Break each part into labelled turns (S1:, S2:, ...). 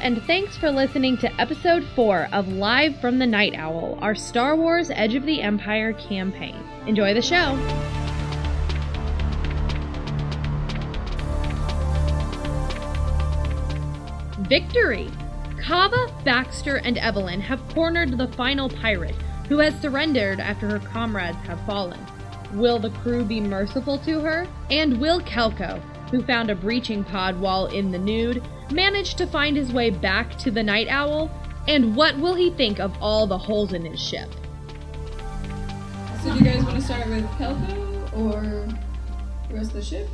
S1: and thanks for listening to episode 4 of Live from the Night Owl, our Star Wars Edge of the Empire campaign. Enjoy the show! Victory! Kava, Baxter, and Evelyn have cornered the final pirate, who has surrendered after her comrades have fallen. Will the crew be merciful to her? And will Kelko, who found a breaching pod while in the nude, manage to find his way back to the Night Owl? And what will he think of all the holes in his ship?
S2: So do you guys want to start with Kelko or the rest of the ship?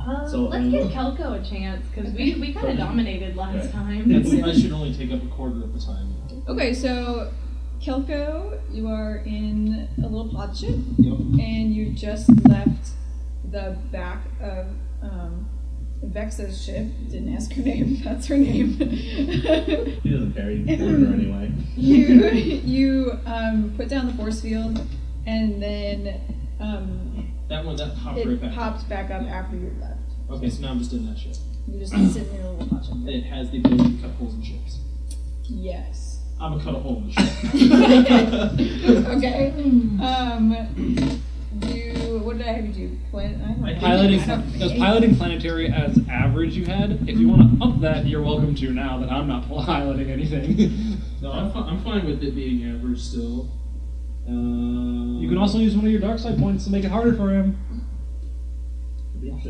S3: Um,
S4: So,
S3: let's
S4: um,
S3: give Kelko a chance because we, we kind of dominated last time.
S4: That's, I should only take up a quarter of the time.
S2: Okay, so Kelko, you are in a little pod ship,
S4: Yep.
S2: and you just left the back of um, Vexa's ship. Didn't ask her name. That's her name.
S4: He doesn't care. He can quarter anyway.
S2: you you um, put down the force field, and then um,
S4: That one, that popped right
S2: it
S4: back.
S2: popped back up after you left.
S4: Okay, so now I'm just in that ship.
S2: You're just sitting in a little pod ship.
S4: It has the ability to cut holes in ships.
S2: Yes.
S4: I'm gonna cut a hole in the ship.
S2: Okay. Um, do what did I have you do? Plan? I don't
S4: I
S2: know.
S5: Piloting,
S2: I don't-
S5: because piloting planetary as average you had, if you want to up that, you're welcome to now that I'm not piloting anything.
S4: no, I'm, fi- I'm fine with it being average still. Um,
S5: you can also use one of your dark side points to make it harder for him.
S4: Oh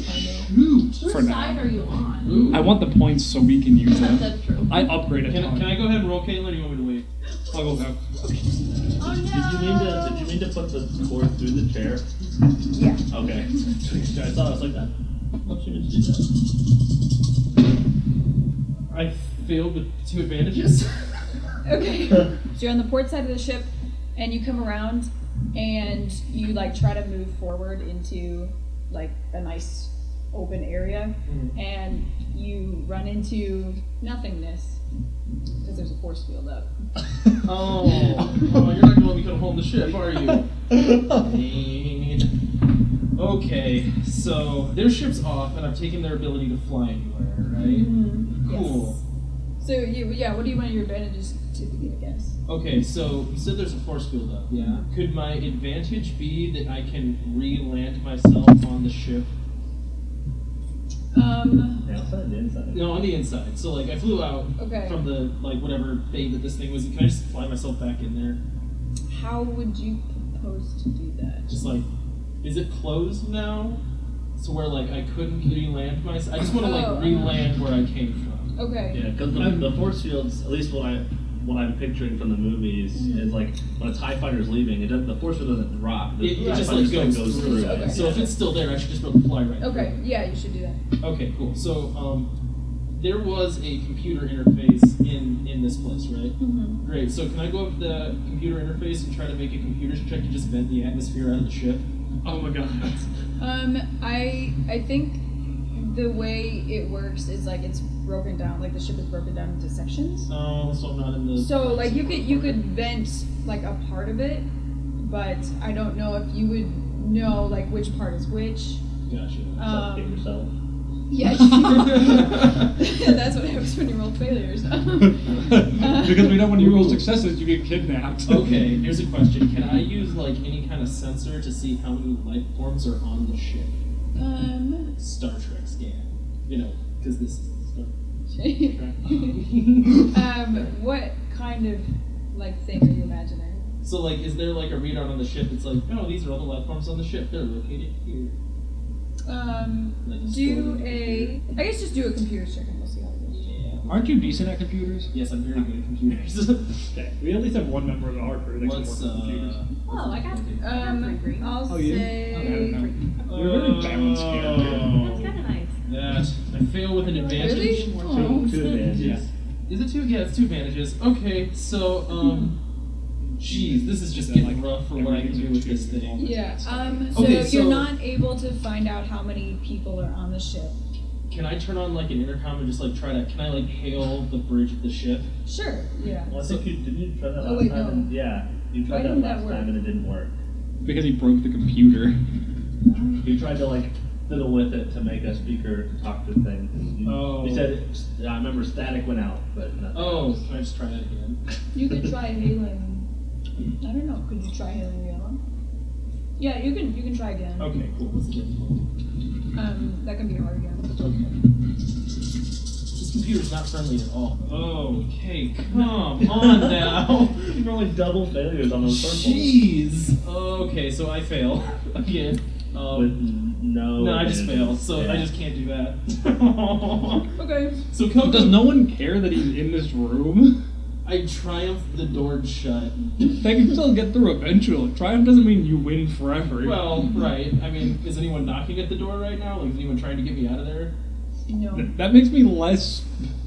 S4: shoot!
S3: Which
S5: For now.
S3: side are you on?
S4: Ooh.
S5: I want the points so we can use them.
S3: That's true.
S5: I upgrade a
S4: Can,
S5: ton.
S4: can I go ahead and roll, Caitlin? Or you want me to wait?
S5: I'll go back.
S3: Oh no!
S6: Did you mean to? Did you mean to put the cord through the chair?
S2: Yeah.
S6: Okay. I thought I was like that. Don't you just do that?
S4: I failed with two advantages.
S2: Okay. So you're on the port side of the ship, and you come around, and you like try to move forward into like a nice open area,
S4: Mhm.
S2: and you run into nothingness because there's a force field up.
S4: Oh, oh, you're not gonna let me cut a hole in the ship, are you? Dang. Okay, so their ship's off, and I've taken their ability to fly anywhere, right? Mm-hmm. Cool.
S2: Mm-hmm. Yes. So you yeah, what do you want your advantages to be? I guess.
S4: Okay, so you said there's a force field up. Yeah. Could my advantage be that I can re-land myself on the ship?
S2: Um.
S6: The outside, the inside.
S4: No, on the inside. So like I flew out
S2: Okay.
S4: from the like whatever bay that this thing was. in. Can I just fly myself back in there?
S2: How would you propose to do that?
S4: Just like, is it closed now? So where like I couldn't re-land myself. I just want to
S2: Oh.
S4: like re-land where I came from.
S2: Okay.
S6: Yeah, because the, the force fields, at least what I what I'm picturing from the movies, is like when a Tie Fighter's leaving, it does, the force field doesn't drop. The
S4: It, it
S6: TIE
S4: just
S6: fighter
S4: like goes, through.
S6: it.
S2: Okay.
S4: So if it's still there, I should just be able to fly right.
S2: Okay. Yeah, you should do that.
S4: through. Okay. Cool. So um, there was a computer interface in in this place, right?
S2: Mm-hmm.
S4: Great. So can I go up to the computer interface and try to make a computer check to just vent the atmosphere out of the ship?
S5: Oh my god.
S2: Um, I I think the way it works is like it's broken down. Like the ship is broken down into sections.
S4: Oh, so I'm not in the.
S2: So like you could you could vent like a part of it, but I don't know if you would know like which part is which.
S4: Gotcha.
S6: Suffocate
S2: Um,
S6: yourself.
S2: yeah. That's what happens when you roll failures.
S5: because we know when you roll successes, you get kidnapped.
S4: Okay, here's a question. Can I use like any kind of sensor to see how many life forms are on the ship?
S2: um.
S4: Star Trek scan. You know, because this is Star Trek.
S2: um. What kind of like thing are you imagining?
S4: so like, is there like a readout on the ship? It's like, oh, these are all the life forms on the ship. They're located here.
S2: Um,
S4: Like just
S2: do
S4: go to
S2: a. I guess just do a computer check and we'll see how it goes.
S4: Yeah.
S5: Aren't you decent at computers?
S4: Yes, I'm very good at computers.
S5: Okay. We at least have one member of our crew
S4: What's uh?
S3: Oh, I got I got my green.
S2: Um, I'll
S5: Oh, you?
S2: say.
S5: You're really balanced
S3: Oh. That's kind of nice.
S4: That I fail with an advantage.
S2: Really? Oh.
S6: Two
S4: Yeah.
S6: advantages.
S4: Is it two? Yeah, it's two advantages. Okay, so um, jeez, this is just getting rough for what I can do with this thing.
S2: Yeah. Um. So
S4: Okay,
S2: you're
S4: so-
S2: not able to find out how many people are on the ship.
S4: Can I turn on like an intercom and just like try to? Can I like hail the bridge of the ship?
S2: Sure. Yeah.
S6: Well, I think you didn't you try that
S2: Oh,
S6: last
S2: wait,
S6: time.
S2: no.
S6: And, yeah, you
S2: Why
S6: tried that
S2: didn't that
S6: last
S2: work?
S6: time and it didn't work.
S5: Because he broke the computer.
S6: You tried to like fiddle with it to make a speaker to talk to the thing. You-
S5: Oh.
S6: You said, I remember static went out, but nothing.
S5: Oh,
S6: else.
S4: I just try that again.
S2: You could try hailing. I don't know. Could you try hailing Yellow? Yeah, you can. You can try again.
S4: Okay, cool. Let's get it.
S2: Um, that can be hard again.
S4: Okay. This computer's not friendly at all. Okay, come on now.
S6: You really double failures on those purples.
S4: Jeez. Okay, so I fail again.
S6: With
S4: Um,
S6: n- no.
S4: no, I just
S6: advantage.
S4: fail, so I
S6: Yeah.
S4: just can't do that.
S2: Okay.
S4: so Coco,
S5: Does no one care that he's in this room?
S4: I triumph the door shut.
S5: They can still get through eventually. Triumph doesn't mean you win forever.
S4: Well, right. I mean, is anyone knocking at the door right now? Like, is anyone trying to get me out of there?
S2: No.
S5: Th- that makes me less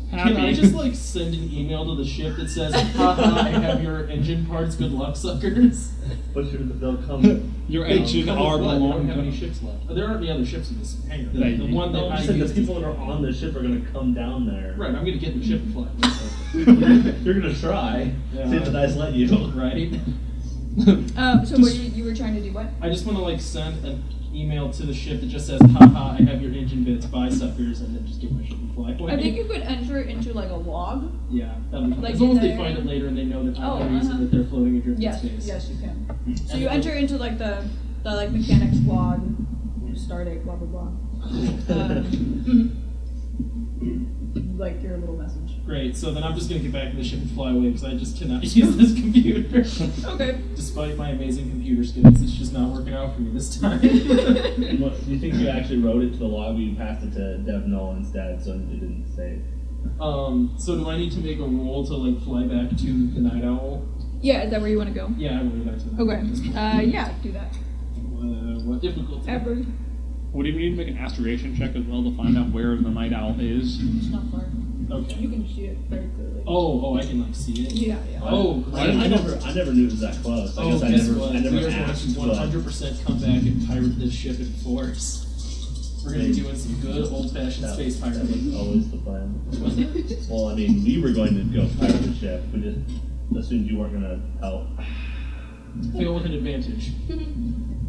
S5: happy.
S4: Can I just like send an email to the ship that says, "Haha, I have your engine parts. Good luck, suckers."
S6: But you're- they'll come.
S5: Your
S4: They
S5: engine
S4: come
S5: are
S4: with what? I don't have any
S5: blown.
S4: ships left. Uh, There aren't any other ships in this hangar.
S5: Yeah,
S4: The, the
S5: you-
S4: one that
S6: No,
S4: I
S6: you said the
S4: used-
S6: people that are on the ship are going to come down there.
S4: Right, I'm gonna get in the ship and fly.
S6: You're going to try.
S4: Yeah.
S6: See if the dice let you.
S4: right.
S2: Uh, so what you, you were trying to do? What?
S4: I just want to like send an email to the ship that just says, "Haha, I have your engine bits. Bye, suckers," and then just get my ship and fly away.
S2: I think you could enter into like a log.
S4: Yeah, that'd be fun.
S2: Like
S4: as long as they
S2: in
S4: find
S2: there-
S4: it later and they know that I'm
S2: Oh,
S4: the reason
S2: uh-huh.
S4: that they're floating adrift
S2: Yes.
S4: in space.
S2: Yes, you can. So
S4: And
S2: you
S4: if
S2: enter into like the the like mechanics log, stardate, blah blah blah. Um, like your little message.
S4: Great. So then I'm just gonna get back in the ship and fly away because I just cannot use this computer.
S2: Okay.
S4: Despite my amazing computer skills, it's just not working out for me this time.
S6: And what- Do you think you actually wrote it to the log, but you passed it to Dev Null instead, so it didn't say?
S4: um, so do I need to make a roll to like fly back to the night owl?
S2: Yeah, is that where you want to go?
S4: Yeah, I will go back to the
S2: Okay. Uh, yeah, do that.
S4: Uh, what difficulty?
S2: Ever.
S5: Would you need to make an aspiration check as well to find out where the night owl is?
S2: It's not far. You
S4: Okay.
S2: can see it very clearly.
S4: Oh, oh, I can like see it.
S2: Yeah, yeah.
S4: Oh,
S6: I,
S4: great.
S6: I never, I never knew it was that close. I
S4: Oh,
S6: guess I
S4: guess
S6: never,
S4: what?
S6: I
S4: we
S6: never
S4: are
S6: asked.
S4: going to
S6: But
S4: 100% come back and pirate this ship in force. We're going to be doing some good old-fashioned
S6: that,
S4: space
S6: that
S4: pirating.
S6: was always the plan. well, I mean, we were going to go pirate the ship. We just assumed you weren't going to help. Oh.
S4: Fail with an advantage.
S5: Do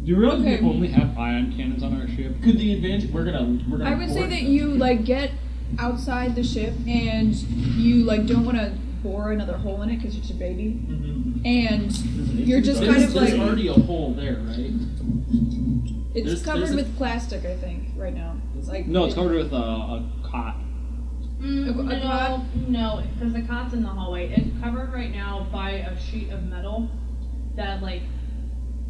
S5: you realize
S2: Okay.
S5: we only have ion cannons on our ship?
S4: Could the advantage? We're gonna. We're gonna
S2: I would say
S4: board
S2: that
S4: them.
S2: you like get outside the ship and you like don't want to bore another hole in it because it's a baby
S4: Mhm.
S2: and you're just
S4: There's,
S2: kind of
S4: there's
S2: like
S4: already a hole there, right?
S2: it's
S4: there's-
S2: covered
S4: there's a-
S2: with plastic i think right now it's like
S5: No, it's covered with a, a cot.
S2: A-
S3: Mm,
S2: a cot?
S3: no, no, because the cot's in the hallway. It's covered right now by a sheet of metal that like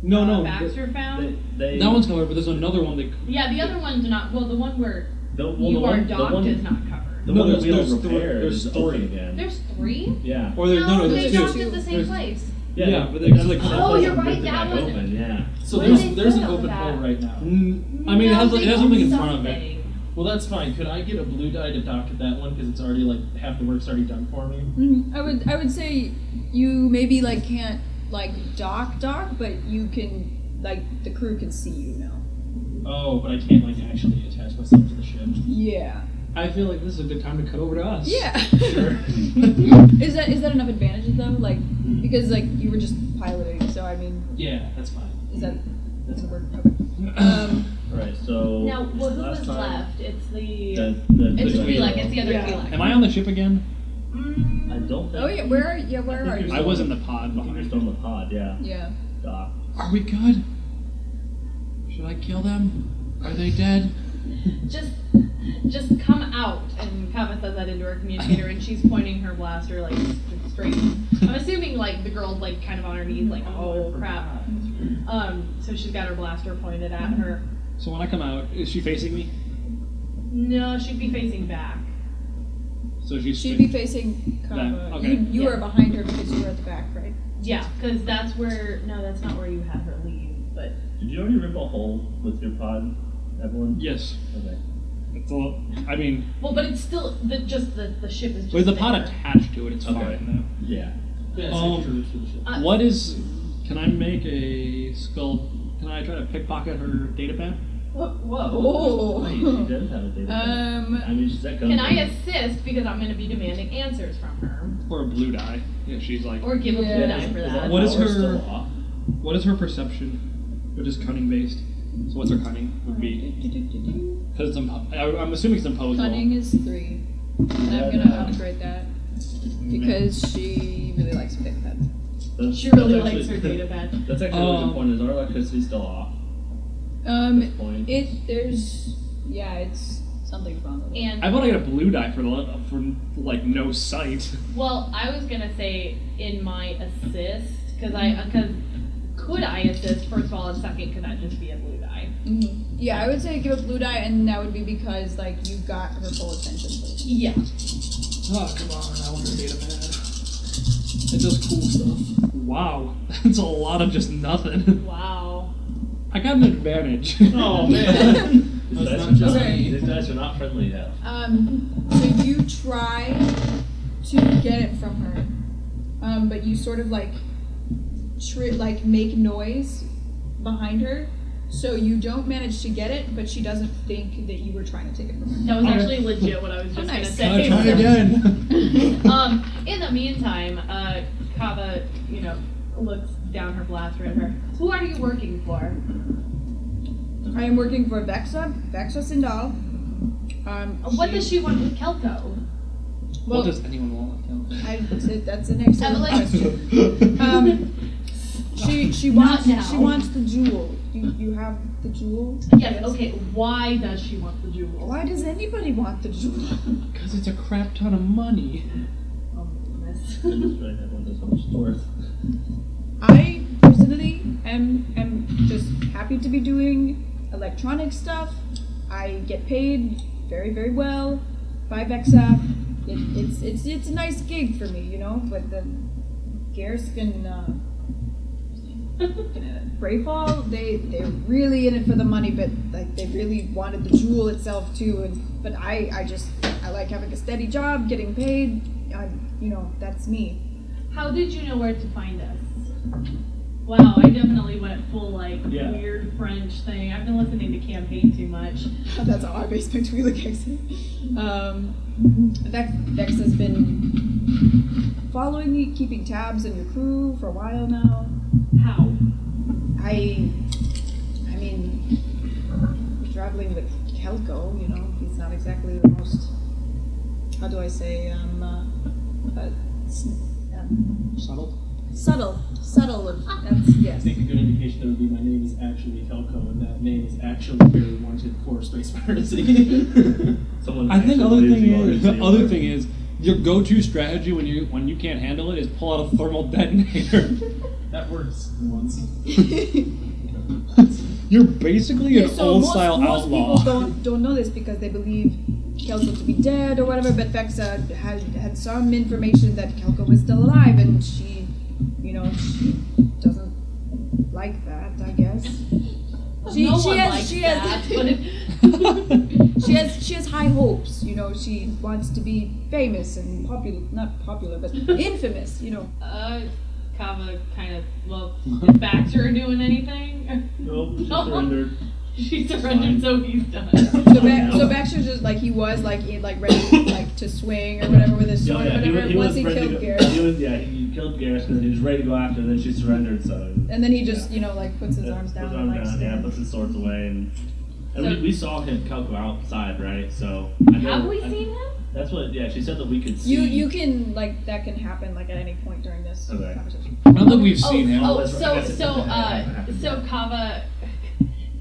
S5: No,
S3: uh,
S5: no.
S3: Baxter
S6: They,
S3: found.
S6: they,
S5: that one's covered, but there's another one that.
S3: yeah, the other one's not. Well, the one where
S6: the, well,
S3: you
S6: the one,
S3: are
S6: the
S3: docked
S6: one,
S3: is not covered.
S6: The
S5: No,
S6: one that
S5: there's-
S6: we
S5: there's
S6: don't
S5: three-
S6: repair
S5: there's
S6: is open
S5: three.
S6: again.
S3: There's three.
S6: yeah.
S5: Or there's, no, no,
S3: they
S5: there's
S3: docked
S5: two.
S3: at the same
S5: There's-
S3: place.
S5: Yeah, but they-
S6: that's-
S5: like-
S6: that's
S3: Oh, you're
S6: something
S3: right,
S6: that's
S3: that
S6: back
S3: was-
S6: Open, yeah.
S4: So
S3: What
S4: there's
S3: did they
S4: there's
S3: put
S4: an
S3: up
S4: open
S3: with
S4: hole
S3: that?
S4: right
S6: Hmm.
S4: now.
S5: Mm, I mean, it has,
S3: No,
S5: it
S3: they
S5: has
S3: put
S5: something in front of it.
S3: something.
S4: Well, that's fine. Could I get a blue die to dock at that one because it's already like half the work's already done for me?
S2: Mhm. i would i would say you maybe like can't like dock dock but you can like the crew can see you now
S4: Oh, but I can't like actually attach myself to the ship.
S2: yeah
S5: I feel like this is a good time to cut over to us.
S2: yeah
S4: Sure.
S2: is that is that enough advantages though like
S5: Mm-hmm.
S2: because like you were just piloting so i mean
S4: yeah, that's fine.
S2: is that
S4: That's
S2: that's a word okay um
S6: Right, so.
S3: Now, well, who
S6: last
S3: was
S6: time,
S3: left? It's the.
S6: The, the
S3: it's
S6: the-
S3: Twi'lek. It's the other
S2: Yeah.
S3: Twi'lek.
S5: Am I on the ship again?
S3: Mm,
S6: I don't think.
S2: Oh yeah, where are yeah, where are you?
S5: I was in the pod
S6: I think you're
S5: behind.
S6: still in the pod, yeah.
S2: Yeah.
S6: Doc.
S5: Are we good? Should I kill them? Are they dead?
S3: just just come out and Kava says that into her communicator and she's pointing her blaster like st- straight i'm assuming like the girl's like kind of on her knees like oh crap um so she's got her blaster pointed at her
S5: So when I come out, is she facing me?
S3: no she'd be facing back
S5: So she's
S2: She'd be facing Kava.
S5: That- okay,
S2: You you
S3: yeah.
S2: were behind her because you were at the back, right?
S3: yeah because that's where no that's not where you had her leave but
S6: Did you already rip a hole with your pod, Evelyn?
S5: Yes.
S6: Okay.
S5: It's a little, I mean,
S3: well but it's still the just the, the ship is just
S5: with the pod
S3: there.
S5: attached to it, it's
S6: Okay.
S5: fine.
S6: Yeah.
S4: Yeah, it's
S5: Um,
S4: true to the ship.
S3: Uh,
S5: Though. What is? Can I make a skull? Can I try to pickpocket her data pad?
S3: whoa, whoa.
S2: Oh.
S6: Wait, she does have a data pad. I
S2: Um
S6: mean, she's that
S3: can i assist because i'm going to be demanding answers from her
S5: Or a blue die? If she's like,
S3: or give a
S2: Yeah.
S3: blue die for that
S5: What is her-
S6: Still off?
S5: what is her perception? Which is cunning based. So what's her cunning? Would be because it's impo- I, I'm assuming it's imposable.
S2: Cunning is three. And I'm gonna upgrade that
S5: Mm-hmm.
S2: because she really likes Pick Pet.
S6: That's,
S3: She really
S6: that's
S3: likes her
S6: actually-
S3: data badge.
S6: That's actually a really
S5: Um,
S6: good point. Is our electricity still off at
S2: Um,
S6: this point?
S2: it there's yeah, it's something's wrong with it.
S3: And
S5: I want to get a blue die for the for like no sight.
S3: Well, I was gonna say in my assist because I because could I assist first of all and second could that just be a blue die?
S2: Mhm. Yeah, I would say give a blue die, and that would be because like you got her full attention. Please.
S3: Yeah.
S5: Oh come on! I want her data badge. It does cool stuff. Wow, that's a lot of just nothing.
S3: Wow.
S5: I got an advantage.
S4: Oh man.
S6: These
S4: That's
S6: dice
S4: not
S6: are not-
S4: right.
S6: These dice are not friendly yet.
S2: Um, so you try to get it from her, um, but you sort of like, tri- like make noise behind her, so you don't manage to get it, but she doesn't think that you were trying to take it from her.
S3: That was actually legit what I was just
S2: nice.
S3: gonna say.
S5: again.
S3: Um, in the meantime, uh, Kava, you know, looks down her blaster at her. Who are you working for?
S2: I am working for Vexa, Vexa Sindal. Um,
S3: What does she want with Kelto?
S5: what does anyone want? Like
S2: I, that's an excellent
S3: Evelyn?
S2: question. Um, she she
S3: Not
S2: wants
S3: now.
S2: she wants the jewel. You you have the jewel.
S3: Yes. Okay. Why does she want the jewel?
S2: Why does anybody want the jewel?
S5: Because it's a crap ton of money.
S3: Oh, my
S6: I
S3: goodness.
S6: just read that one. That's how much it's worth.
S2: I personally am am just happy to be doing electronic stuff. I get paid very very well by Vexa. It, it's it's it's a nice gig for me, you know. But then Gareskin, uh, Brayfall, they they're really in it for the money, but like they really wanted the jewel itself too. And but I I just I like having a steady job, getting paid. I, you know that's me.
S3: How did you know where to find us? Wow, I definitely went full like
S5: Yeah.
S3: weird French thing. I've been listening to campaign too much.
S2: Oh, That's all our basement wheeler kicks in. Um, Vex, Vex has been following you, keeping tabs on your crew for a while now.
S3: How?
S2: I, I mean, traveling with Kelko, you know, he's not exactly the most, how do I say, um, uh, uh, s- um,
S5: Subtle.
S2: subtle, subtle, of, that's,
S4: I
S2: yes.
S4: think a good indication would be my name is actually Helco, and that name is actually very wanted for space piracy.
S6: Someone
S5: I think
S6: actually
S5: other
S6: believes
S5: thing
S6: you already
S5: is
S6: say
S5: the other
S6: word.
S5: thing is your go-to strategy when you when you can't handle it is pull out a thermal detonator.
S4: that works once.
S5: You're basically an
S2: Yeah, so
S5: old
S2: most,
S5: style
S2: most
S5: outlaw.
S2: people don't don't know this because they believe Kelko to be dead or whatever. But Vexa had had some information that Kelko was still alive, and she, you know, she doesn't like that. I guess she
S3: no
S2: she
S3: one
S2: has
S3: likes
S2: she
S3: that,
S2: has she has she has high hopes. You know, she wants to be famous and popular, not popular, but infamous. You know,
S3: Uh, Kava kind of well, backs her doing anything.
S6: Nope, she surrendered.
S3: she surrendered, so he's done.
S2: so Vex, so Vexa's just like he was like in, like ready like to swing or whatever with his
S6: Yeah,
S2: sword
S6: yeah,
S2: or whatever.
S6: he, was- he
S2: once
S6: was
S2: he
S6: ready to
S2: killed
S6: go-
S2: Garrett.
S6: He was, yeah, he killed Garrus and he was ready to go after, and then she surrendered, so.
S2: And then he just, you know, like puts his arms down
S6: Puts
S2: and
S6: arms
S2: like
S6: down, yeah,
S2: stands.
S6: puts his swords away, and. And
S3: So-
S6: we, we saw him Kelko outside, right? So I know,
S3: Have we
S6: I-
S3: seen him?
S6: That's what. Yeah, she said that we could see.
S2: You you can like that can happen like at any point during this
S6: Okay.
S2: conversation.
S5: I don't think we've seen him.
S3: Oh,
S6: that's
S3: so
S6: right.
S3: so uh, so Kava,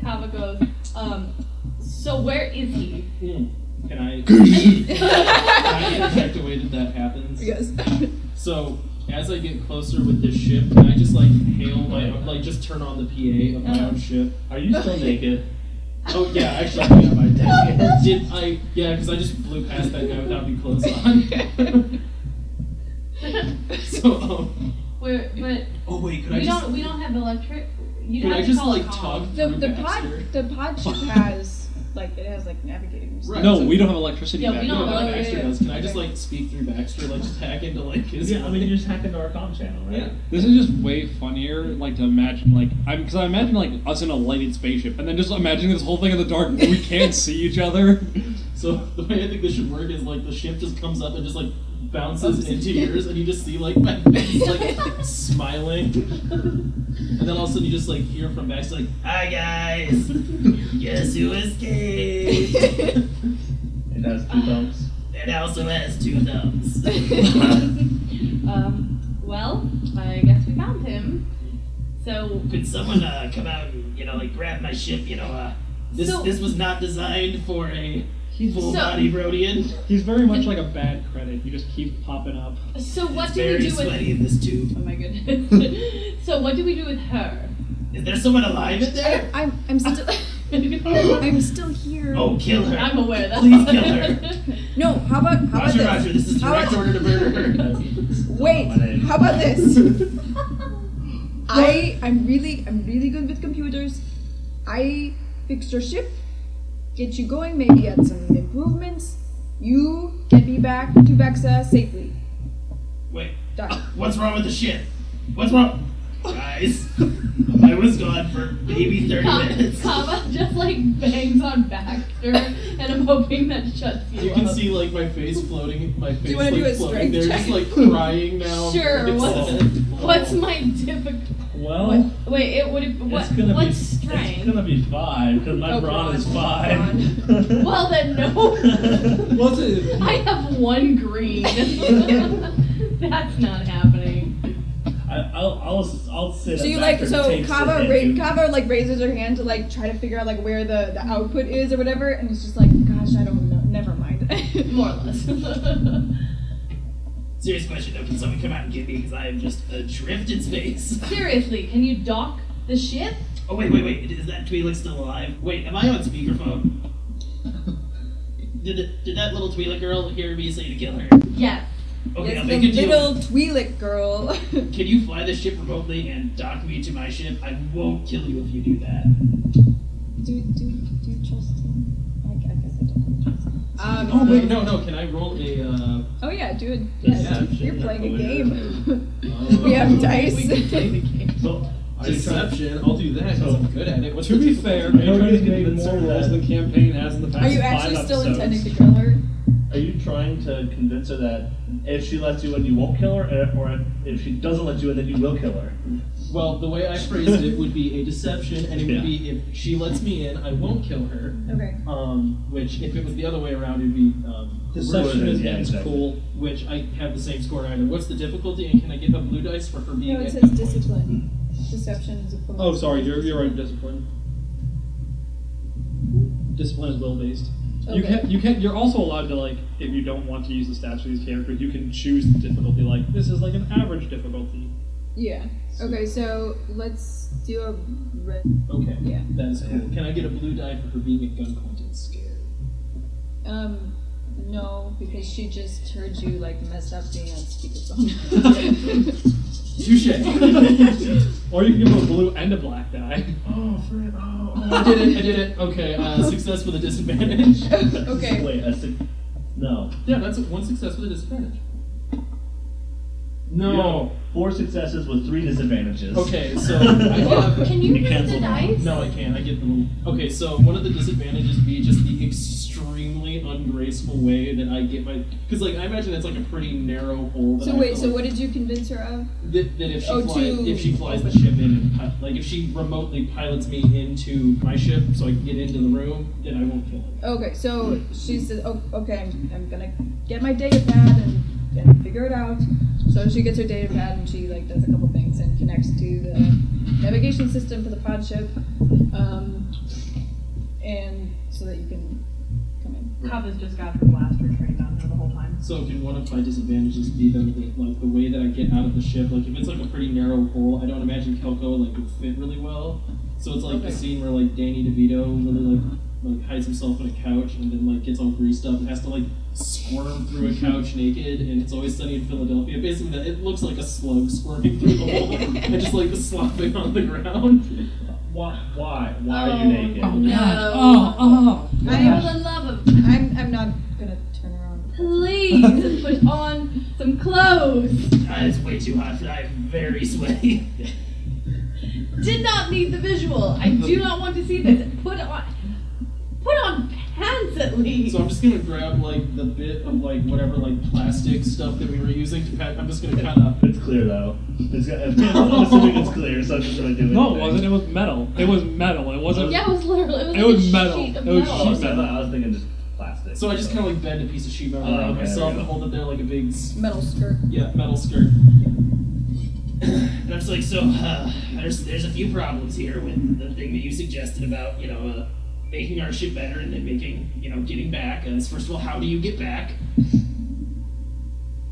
S3: Kava goes. Um, so where is he?
S4: Hmm. Can I? can I detect a way that that happens?
S2: Yes.
S4: So as I get closer with this ship, can I just like hail my own, like just turn on the PA of my own ship?
S6: Are you still naked?
S4: Oh yeah, actually, yeah, my dad. Did I? Yeah, because I just blew past that guy without any clothes
S2: oh.
S4: on. so um,
S3: Where? But
S4: oh wait, could I
S3: we
S4: just?
S3: don't we don't have electric. You
S4: Could
S3: have
S4: I
S3: to
S4: just
S3: call a
S4: like
S3: call.
S4: tug
S2: the
S4: through
S2: the pod
S4: Baxter?
S2: the pod ship has like it has like navigators.
S4: Right.
S5: no,
S4: so-
S5: we don't have electricity
S3: Yeah,
S5: back
S3: we
S5: there.
S3: don't
S4: No,
S3: have-
S4: like
S2: yeah,
S4: Baxter
S2: yeah.
S4: does. Can I just like speak through Baxter, like just hack into like his?
S6: Yeah, I mean, you just hacked into our comm channel, right?
S4: Yeah.
S5: This is just way funnier, like to imagine, like I'm because I imagine like us in a lighted spaceship, and then just imagining this whole thing in the dark. where We can't see each other.
S4: So the way I think this should work is like the ship just comes up and just like bounces into yours, and you just see like my face like smiling, and then all of a sudden you just like hear from back like, "Hi guys, guess who escaped?"
S6: It has two thumbs.
S4: It also has two thumbs.
S3: um, well, I guess we found him. So
S4: Could someone uh, come out and you know like grab my ship? You know, uh, this
S3: So-
S4: this was not designed for a full
S3: So-
S4: body Rhodian.
S5: He's very much like a bad credit. You just keep popping up.
S3: so what
S4: it's
S3: do we
S4: very
S3: do
S4: sweaty
S3: with
S4: in this tube.
S3: Oh my goodness. so what do we do with her?
S4: Is there someone alive in there?
S2: I'm I'm still I'm still here.
S4: Oh, kill her!
S3: I'm aware of that.
S4: Please kill her.
S2: No, how about how about
S4: Roger,
S2: this?
S4: Roger. This is
S2: How
S4: direct
S2: about-
S4: order to murder her.
S2: Wait,
S6: Oh, my name.
S2: how about this? I I'm really I'm really good with computers. I fix your ship, get you going, maybe add some improvements. You get me back to Vexa safely.
S4: Wait,
S2: Done.
S4: what's wrong with the ship? What's wrong, guys? I was gone for maybe thirty minutes.
S3: Kava just like bangs on Baxter, and I'm hoping that shuts you,
S4: You can
S3: up.
S4: see like my face floating, my face
S2: wanna
S4: like
S2: do a
S4: floating.
S2: strength
S4: They're
S2: check?
S4: just like crying now.
S3: Sure,
S4: It's-
S3: what's- What's my difficult?
S6: Well,
S3: Wait, it would. What?
S6: it's gonna
S3: What's
S6: be it's
S3: strength?
S6: gonna be five because my
S2: Oh,
S6: brawn is
S2: brawn.
S6: five.
S3: Well then, no.
S4: What's it?
S3: I have one green. That's not happening.
S6: I, I'll, I'll, I'll sit.
S2: So you
S6: at
S2: like
S6: Baxter
S2: so
S6: takes
S2: Kava
S6: it
S2: ra-
S6: and-
S2: Kava like raises her hand to like try to figure out like where the, the output is or whatever, and it's just like, gosh, I don't know. Never mind.
S3: More or less.
S4: Serious question though, can someone come out and get me? Because I am just adrift in space.
S3: Seriously, can you dock the ship?
S4: Oh wait, wait, wait. Is that Twi'lek still alive? Wait, am I on speakerphone? Did, did that little Twi'lek girl hear me say to kill her?
S3: Yes.
S4: Okay, I'll
S2: it's
S4: make a
S2: the
S4: deal.
S2: little Twi'lek girl.
S4: Can you fly the ship remotely and dock me to my ship? I won't kill you if you do that.
S2: Do, do, do you trust him? I, I guess I don't trust him.
S5: Ah,
S2: Um,
S4: no, no. Can I roll a? Uh,
S2: Oh yeah, dude.
S6: Yes.
S2: Yeah, dude, You're
S6: Yeah.
S2: playing a
S6: Oh,
S2: game. we have dice.
S3: We can play the game.
S6: So,
S4: Deception. I'll do that
S6: 'cause I'm
S4: good at it.
S5: To be fair,
S6: Are you trying
S5: nobody's
S6: to
S5: made
S6: convince
S5: more
S6: her
S5: rolls
S6: that-
S5: than campaign has in the past
S2: Are you
S5: five
S2: actually still
S5: episodes.
S2: intending to kill her?
S6: Are you trying to convince her that if she lets you in, you won't kill her, or or if she doesn't let you in, then you will kill her?
S4: Well, the way I phrased it would be a deception, and it would
S6: Yeah.
S4: be if she lets me in, I won't kill her.
S2: Okay.
S4: Um, which, if it was the other way around, it'd be um, deception
S6: Murder,
S4: is
S6: yeah, exactly.
S4: cool. Which I have the same score either. What's the difficulty, and can I get a blue dice for her being
S2: No, it
S4: at
S2: says
S4: gunpoint?
S2: discipline. Deception is a point.
S5: Oh, sorry, you're, you're right, discipline. Discipline is will based. You
S2: Okay.
S5: can you can you're also allowed to like if you don't want to use the stats for these characters, you can choose the difficulty. Like this is like an average difficulty.
S2: Yeah. Okay, so let's do a red.
S4: Okay,
S2: Yeah.
S4: that is cool. Can I get a blue die for her being at gunpoint and scared?
S2: Um, no, because she just heard you like mess up uh, being on speakerphone.
S4: Touche.
S5: Or you can give them a blue and a black die.
S6: Oh, Fred, oh.
S4: I did it. I did it. Okay, uh, success with a disadvantage.
S2: okay.
S6: Wait, I said, no.
S4: yeah, that's one success with a disadvantage.
S6: You have Four successes with three disadvantages.
S4: Okay, so I have.
S3: Can you
S6: You
S3: roll the
S6: canceled one.
S3: dice?
S4: No, I can't. I get the little. Okay, so one of the disadvantages be just the extremely ungraceful way that I get my. Because like I imagine that's like a pretty narrow hole. That
S2: So
S4: I
S2: wait,
S4: have to,
S2: so
S4: like,
S2: what did you convince her of?
S4: That, that if she
S2: Oh,
S4: flies,
S2: to-
S4: if she flies the ship in, and pi- like if she remotely pilots me into my ship, so I can get into the room, then I won't kill her.
S2: Okay, so she says, oh, okay, I'm, I'm gonna get my data pad and, and figure it out. So she gets her data pad and she like does a couple things and connects to the navigation system for the pod ship, um, and so that you can come in.
S3: Kava's just got her blaster trained on her the whole time.
S4: So can one of my disadvantages be then that, like the way that I get out of the ship? Like if it's like a pretty narrow hole, I don't imagine Kelko like would fit really well. So it's like
S2: Okay.
S4: the scene where like Danny DeVito really like like hides himself in a couch and then like gets all greased up and has to like squirm through a couch naked and it's always sunny in Philadelphia. Basically, that it looks like a slug squirming through the hole and just like slopping on the ground.
S6: Why? Why, why
S2: Oh.
S6: are you naked?
S3: No.
S5: Oh,
S3: For the love of
S2: I'm, I'm not gonna turn around.
S3: please put on some clothes.
S4: Ah, it's way too hot. I'm very sweaty.
S3: Did not need the visual. I do not want to see this. Put on put on chance at least.
S4: So I'm just gonna grab like the bit of like whatever like plastic stuff that we were using to pat. I'm just gonna kind of.
S6: It's clear though. It's got, I'm assuming it's clear, so I'm just gonna do it.
S5: No, it wasn't. It was metal. It was metal. It wasn't.
S3: yeah, it was literally. It was,
S5: It
S3: like
S5: was
S3: a
S5: metal.
S3: Sheet of
S5: It was
S6: Oh, I
S5: sheet
S6: was,
S5: metal.
S6: I was thinking just plastic.
S4: So I just kind of like bend a piece of sheet metal
S6: Oh,
S4: around
S6: okay,
S4: myself
S6: there you
S4: and
S6: go.
S4: hold it there like a big s-
S2: Metal skirt.
S4: yeah metal skirt. And I'm just like, so uh, there's there's a few problems here with the thing that you suggested about you know uh, making our ship better and then making you know getting back. Uh, first of all, how do you get back?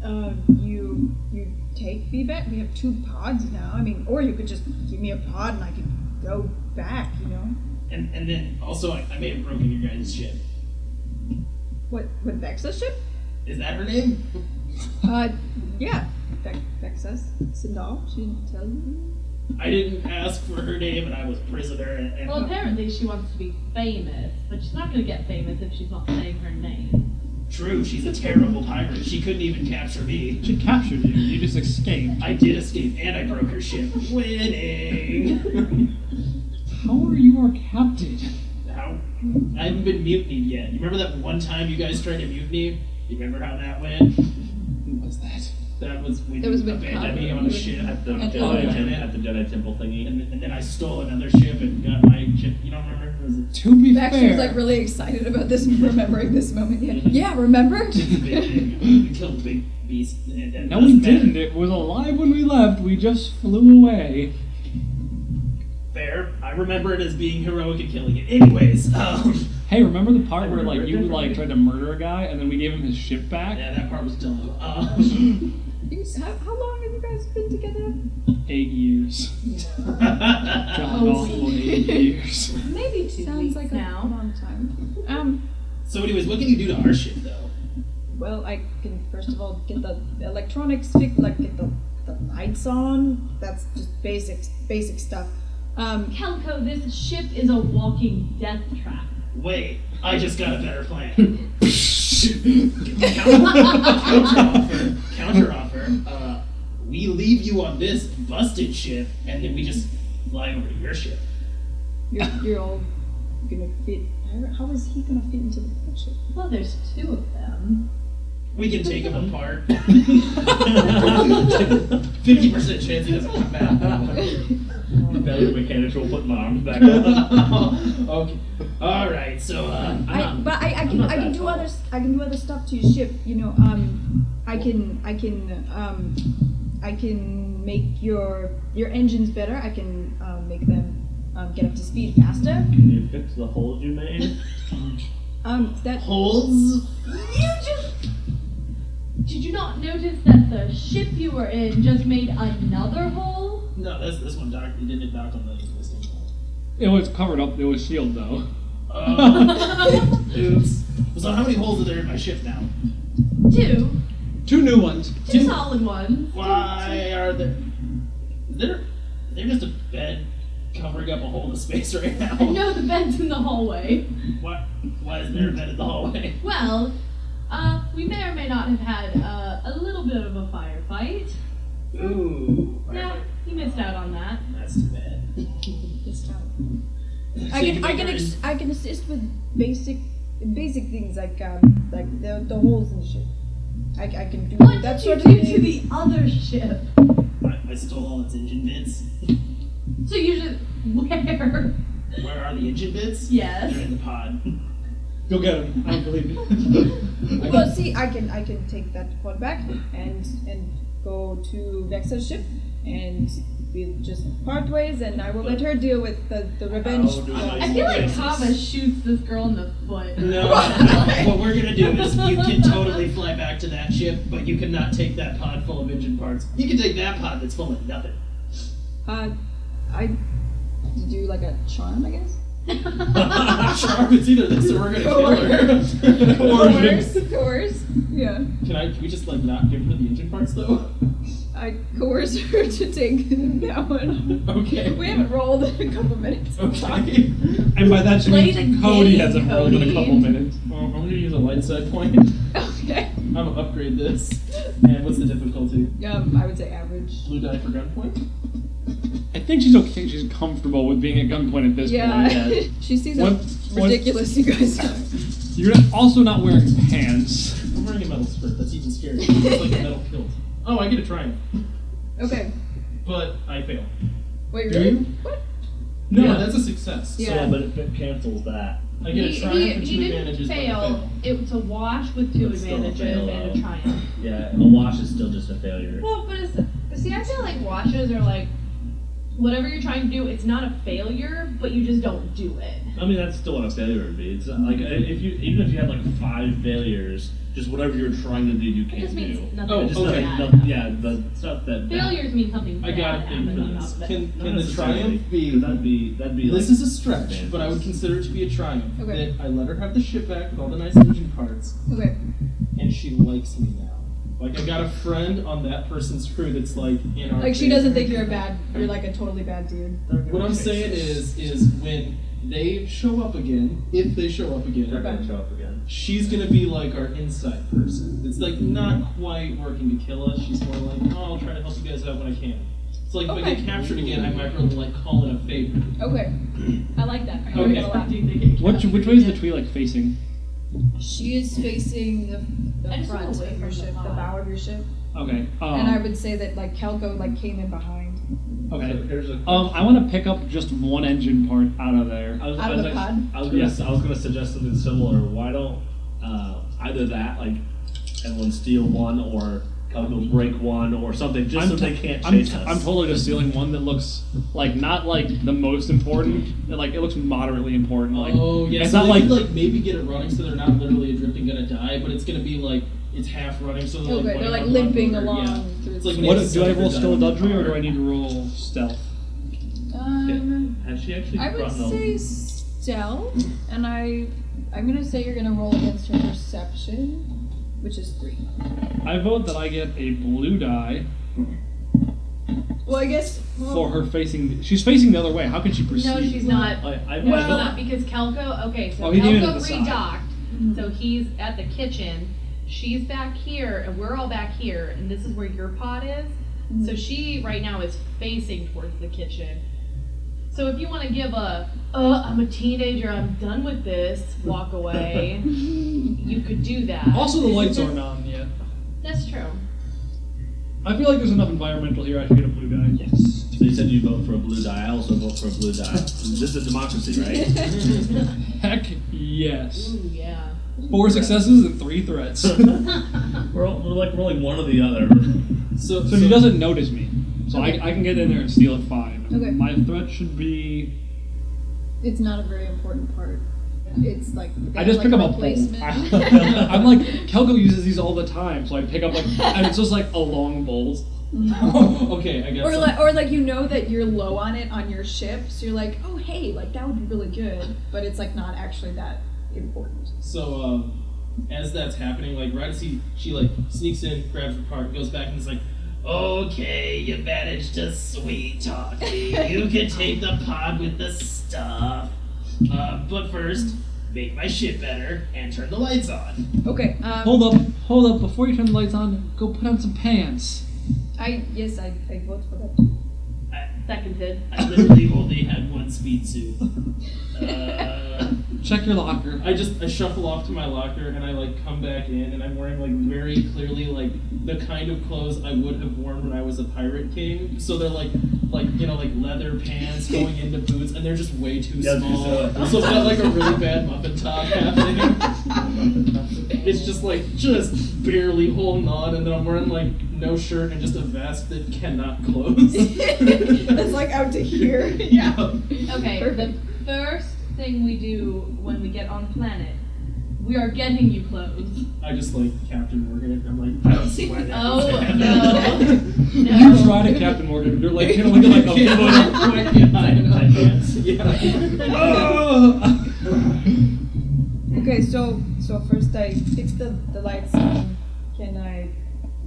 S2: Uh, you you take feedback. We have two pods now. I mean, or you could just give me a pod and I could go back. You know
S4: And and then also I, I may have broken your guys' ship.
S2: what? What Vexa ship?
S4: Is that her name?
S2: Uh, yeah, Vex- Vexa Sindal. She didn't tell you.
S4: I didn't ask for her name, and I was prisoner. And, and
S3: Well, apparently she wants to be famous, but she's not going to get famous if she's not saying her name.
S4: true, she's a terrible pirate. She couldn't even capture me.
S5: She captured you. You just escaped.
S4: I did escape, and I broke her ship. Winning.
S5: How are you our captain?
S4: how? I haven't been mutinied yet. You remember that one time you guys tried to mutiny? You remember how that went?
S5: What was that?
S4: That was when
S7: That was
S4: you
S7: with
S4: abandoned
S7: Connor.
S4: me on a ship,
S6: at the
S7: At the-
S6: Jedi temple, at the Jedi temple thingy.
S4: and, and then I stole another ship and got my ship. You don't remember? It was a
S5: To be
S7: Baxter's
S5: fair,
S7: like really excited about this, remembering this moment. Yeah, yeah remember?
S4: big thing. We killed a big beast. And that
S5: no, we
S4: doesn't matter.
S5: didn't. It was alive when we left. We just flew away.
S4: Fair. I remember it as being heroic and killing it. Anyways, um,
S5: Hey, remember the part
S6: I
S5: where like
S6: remember
S5: you
S6: it.
S5: like tried to murder a guy and then we gave him his ship back?
S4: yeah, that part was dumb. Um,
S2: you how, how long have you guys been together?
S5: Eight years. God awful eight years.
S3: Maybe two
S2: Sounds
S3: weeks
S2: like a
S3: now.
S2: long time. Um.
S4: so, anyways, what can you do to our ship though?
S2: Well, I can first of all get the electronics fixed, like get the, the lights on. That's just basic basic stuff. Um,
S3: Kelco, this ship is a walking death trap.
S4: Wait, I just got a better plan. counter, counter offer. Uh, we leave you on this busted ship, and then we just fly over to your ship.
S2: you're, you're all gonna fit. how- How is he gonna fit into the picture?
S3: Well, there's two of them.
S4: We can take him apart. Fifty percent chance he doesn't come back.
S6: Better mechanics will put my arms back up.
S4: okay. All right. So uh, I'm
S2: I,
S4: not-
S2: but I, I can
S4: not
S2: I can
S4: that
S2: do
S4: tall.
S2: other s- I can do other stuff to your ship. You know, um, I can I can um, I can make your your engines better. I can um, make them um, get up to speed faster.
S6: Can you fix the holes you made?
S2: Um, that
S4: holes.
S3: You just. Did you not notice that the ship you were in just made another hole?
S4: No, that's this one. Doc, it didn't dock on the existing hole.
S5: It was covered up. It was sealed though.
S4: Uh, Oops. So how many holes are there in my ship now?
S3: Two.
S5: Two new ones.
S3: Two solid ones.
S4: Why are there? They're they're just a bed covering up a hole in the space right now.
S3: I know the bed's in the hallway.
S4: Why why is there a bed in the hallway?
S3: Well, uh, we may or may not have had uh, a little bit of a firefight.
S4: Ooh,
S3: Yeah, you missed out on that.
S4: that's too bad.
S2: this time.
S4: So
S2: I
S4: you
S2: can I
S4: make
S2: can
S4: her
S2: ex-
S4: in-
S2: I can assist with basic basic things like um like the the holes and shit. I, I can do
S3: What
S2: that
S3: did
S2: sort
S3: you
S2: of
S3: do to
S2: thing.
S3: the other ship?
S4: I, I stole all its engine bits.
S3: So you just where?
S4: Where are the engine bits? They're
S3: Yes.
S4: in the pod.
S5: Go get him. I don't believe it.
S2: well, see, I can I can take that pod back and and go to Vexa's ship and we'll just part ways and I will let her deal with the the revenge.
S6: do
S2: uh,
S3: I feel like Kava shoots this girl in the foot.
S4: No. what we're gonna do is you can totally fly back to that ship, but you cannot take that pod full of engine parts. You can take that pod that's full of nothing.
S2: uh, I do like a charm, I guess.
S4: Sharp, it's either this or we're gonna kill her.
S2: Coerce, coerce. Yeah,
S4: Can I? Can we just like not give her the engine parts though?
S2: I coerce her to take that one.
S4: Okay.
S2: We haven't rolled in a couple minutes.
S4: Okay.
S5: And by that she
S3: Play the
S5: means Cody
S3: game,
S5: hasn't rolled in a
S3: Cody.
S5: couple minutes.
S4: Um, I'm gonna use a light side point.
S2: Okay.
S4: I'm gonna upgrade this. And what's the difficulty?
S2: Um, I would say average.
S4: Blue die for gunpoint.
S5: I think she's okay. She's comfortable with being at gunpoint at this
S2: Yeah.
S5: point.
S2: she sees
S5: What-
S2: how ridiculous you guys are.
S5: You're also not wearing pants.
S4: I'm wearing a metal skirt. That's even scarier. It's like a metal kilt. Oh, I get a triumph,
S8: Okay.
S4: but I fail.
S8: Wait,
S5: Do
S8: really?
S5: you?
S8: What?
S4: No,
S6: Yeah.
S4: that's a success.
S8: Yeah.
S6: Yeah, but it cancels that.
S4: I
S1: He,
S4: get a triumph
S1: he,
S4: and two
S1: he didn't
S4: advantages. but I
S1: fail. It was a wash with two
S6: It's still a
S1: advantages
S6: fail,
S1: and
S6: though.
S1: a triumph.
S6: Yeah, a wash is still just a failure.
S1: Well, but it's, but see, I feel like washes are like whatever you're trying to do. It's not a failure, but you just don't do it.
S6: I mean, that's still what a failure would be. It's not like if you even if you had like five failures, just whatever you're trying to do, you
S1: It
S6: can't
S1: just means
S6: do.
S1: nothing.
S4: Oh,
S6: It's just
S4: okay.
S6: nothing- noth- yeah, the stuff that
S1: Failures mean something.
S4: I got a
S1: bad
S4: thing for
S1: happened on
S4: this.
S1: top of it.
S4: Can,
S6: Not
S4: can the
S6: necessarily,
S4: triumph
S6: 'cause
S4: be?
S6: That'd be that'd be.
S4: This
S6: like,
S4: is a stretch, but I would consider it to be a triumph.
S8: Okay.
S4: That I let her have the ship back with all the nice engine parts,
S8: Okay.
S4: and she likes me now. Like I got a friend on that person's crew that's like in our.
S8: Like she
S4: favor.
S8: doesn't think you're a bad. You're like a totally bad dude.
S4: What I'm saying is, is when they show up again, if they show up again,
S6: They're gonna show up again.
S4: She's gonna be like our inside person. It's like not quite working to kill us. She's more like, oh, I'll try to help you guys out when I can. It's like if I
S8: Okay.
S4: get captured again, I might really like call in a favor.
S8: Okay. I like that. I like
S4: Okay.
S8: that a lot.
S5: Which which way is the tree like facing?
S2: She is facing the,
S1: I
S2: the
S1: just wanna
S2: front
S1: wait
S2: of
S1: for
S2: your ship,
S1: the
S2: the bow of your ship,
S5: Okay. Um,
S2: and I would say that like Kelko like came in behind.
S6: So
S5: okay.
S6: here's a-
S5: Um, I want to pick up just one engine part out of there.
S6: I was,
S2: Out
S6: I
S2: of
S6: was
S2: the
S6: actually-
S2: pod?
S6: I was, gonna,
S5: Yes.
S6: I was gonna suggest something similar. Why don't uh, either that, like everyone steal one, or Calco break one, or something, just so
S5: t-
S6: they can't
S5: I'm,
S6: chase
S5: t-
S6: us.
S5: I'm totally just stealing one that looks like not like the most important. that, Like it looks moderately important. Like
S4: oh yeah,
S5: it's
S4: so
S5: not
S4: they
S5: like,
S4: could, like maybe get it running so they're not literally adrift and gonna die, but it's gonna be like it's half running so they're
S2: Okay,
S4: like,
S2: Oh, they're
S4: running
S2: like
S4: on one
S2: limping
S4: motor,
S2: along
S4: yeah.
S2: through
S4: It's
S2: the
S4: like
S2: space.
S5: what
S4: makes
S5: do I
S4: sense
S5: roll
S4: for
S5: skeledudry
S4: diamond
S5: or do I
S4: power.
S5: need to roll stealth?
S2: Um,
S6: Has she actually
S2: I would
S6: brought no-
S2: say stealth, and I I'm gonna say you're gonna roll against your perception, which is three.
S5: I vote that I get a blue die
S2: Well, I guess well,
S5: for her facing. The, she's facing the other way. How can she perceive?
S1: No, she's not.
S6: I, I,
S1: No,
S6: I
S1: she's
S6: vote-
S1: not because Kelko. Okay, so
S5: Oh, he needed it
S1: Kelko
S5: at the
S1: redocked, so he's at the kitchen. She's back here, and we're all back here, and this is where your pot is. So she right now is facing towards the kitchen. So if you want to give a, uh, I'm a teenager, I'm done with this, walk away, you could do that.
S5: Also, the lights aren't on yet.
S1: That's true.
S5: I feel like there's enough environmental here. I should get a blue die. Yes.
S6: So you said you vote for a blue die. I also vote for a blue die. this is democracy, right?
S5: Heck yes.
S1: Ooh, yeah.
S5: Four successes and three threats. so
S6: we're, all, we're like rolling one or the uh, other.
S4: So, so,
S5: she doesn't notice me. So I, I can get in there and steal at five.
S2: Okay.
S5: My threat should be.
S2: it's not a very important part. It's like
S5: I just
S2: like
S5: pick up a bowl.
S2: replacement.
S5: I'm like Kelko uses these all the time, so I pick up like and it's just like a long bowl.
S4: okay, I guess.
S2: Or like, or like you know that you're low on it on your ship, so you're like, oh hey, like that would be really good, but it's like not actually that important.
S4: So um, as that's happening, like right as he she like sneaks in, grabs her part, goes back, and is like, "Okay, you managed to sweet talk me. You can take the pod with the stuff, uh, but first, make my shit better and turn the lights on."
S2: Okay. Um,
S5: Hold up, hold up! Before you turn the lights on, go put on some pants.
S2: I yes, I, I vote for that.
S1: Seconded.
S4: I literally only had one speed suit. Uh,
S5: Check your locker.
S4: I just I shuffle off to my locker and I like come back in and I'm wearing like very clearly like the kind of clothes I would have worn when I was a pirate king. So they're like like you know like leather pants going into boots and they're just way too
S6: Yeah,
S4: small.
S6: so-
S4: So I've got like a really bad muffin top happening. It's just like just barely holding on and then I'm wearing like no shirt and just a vest that cannot close.
S2: That's like out to here. Yeah.
S1: Okay,
S2: Perfect.
S1: the first thing we do when we get on planet, we are getting you clothes.
S4: I just like Captain Morgan. I'm like I don't see why that
S1: Oh,
S4: was happening.
S1: no.
S5: You try to Captain Morgan, you're like, you're like, like a
S4: Yeah,
S5: foot.
S4: right behind my pants. Yeah.
S5: Oh!
S2: Okay, so so first I fix the, the lights. And can I?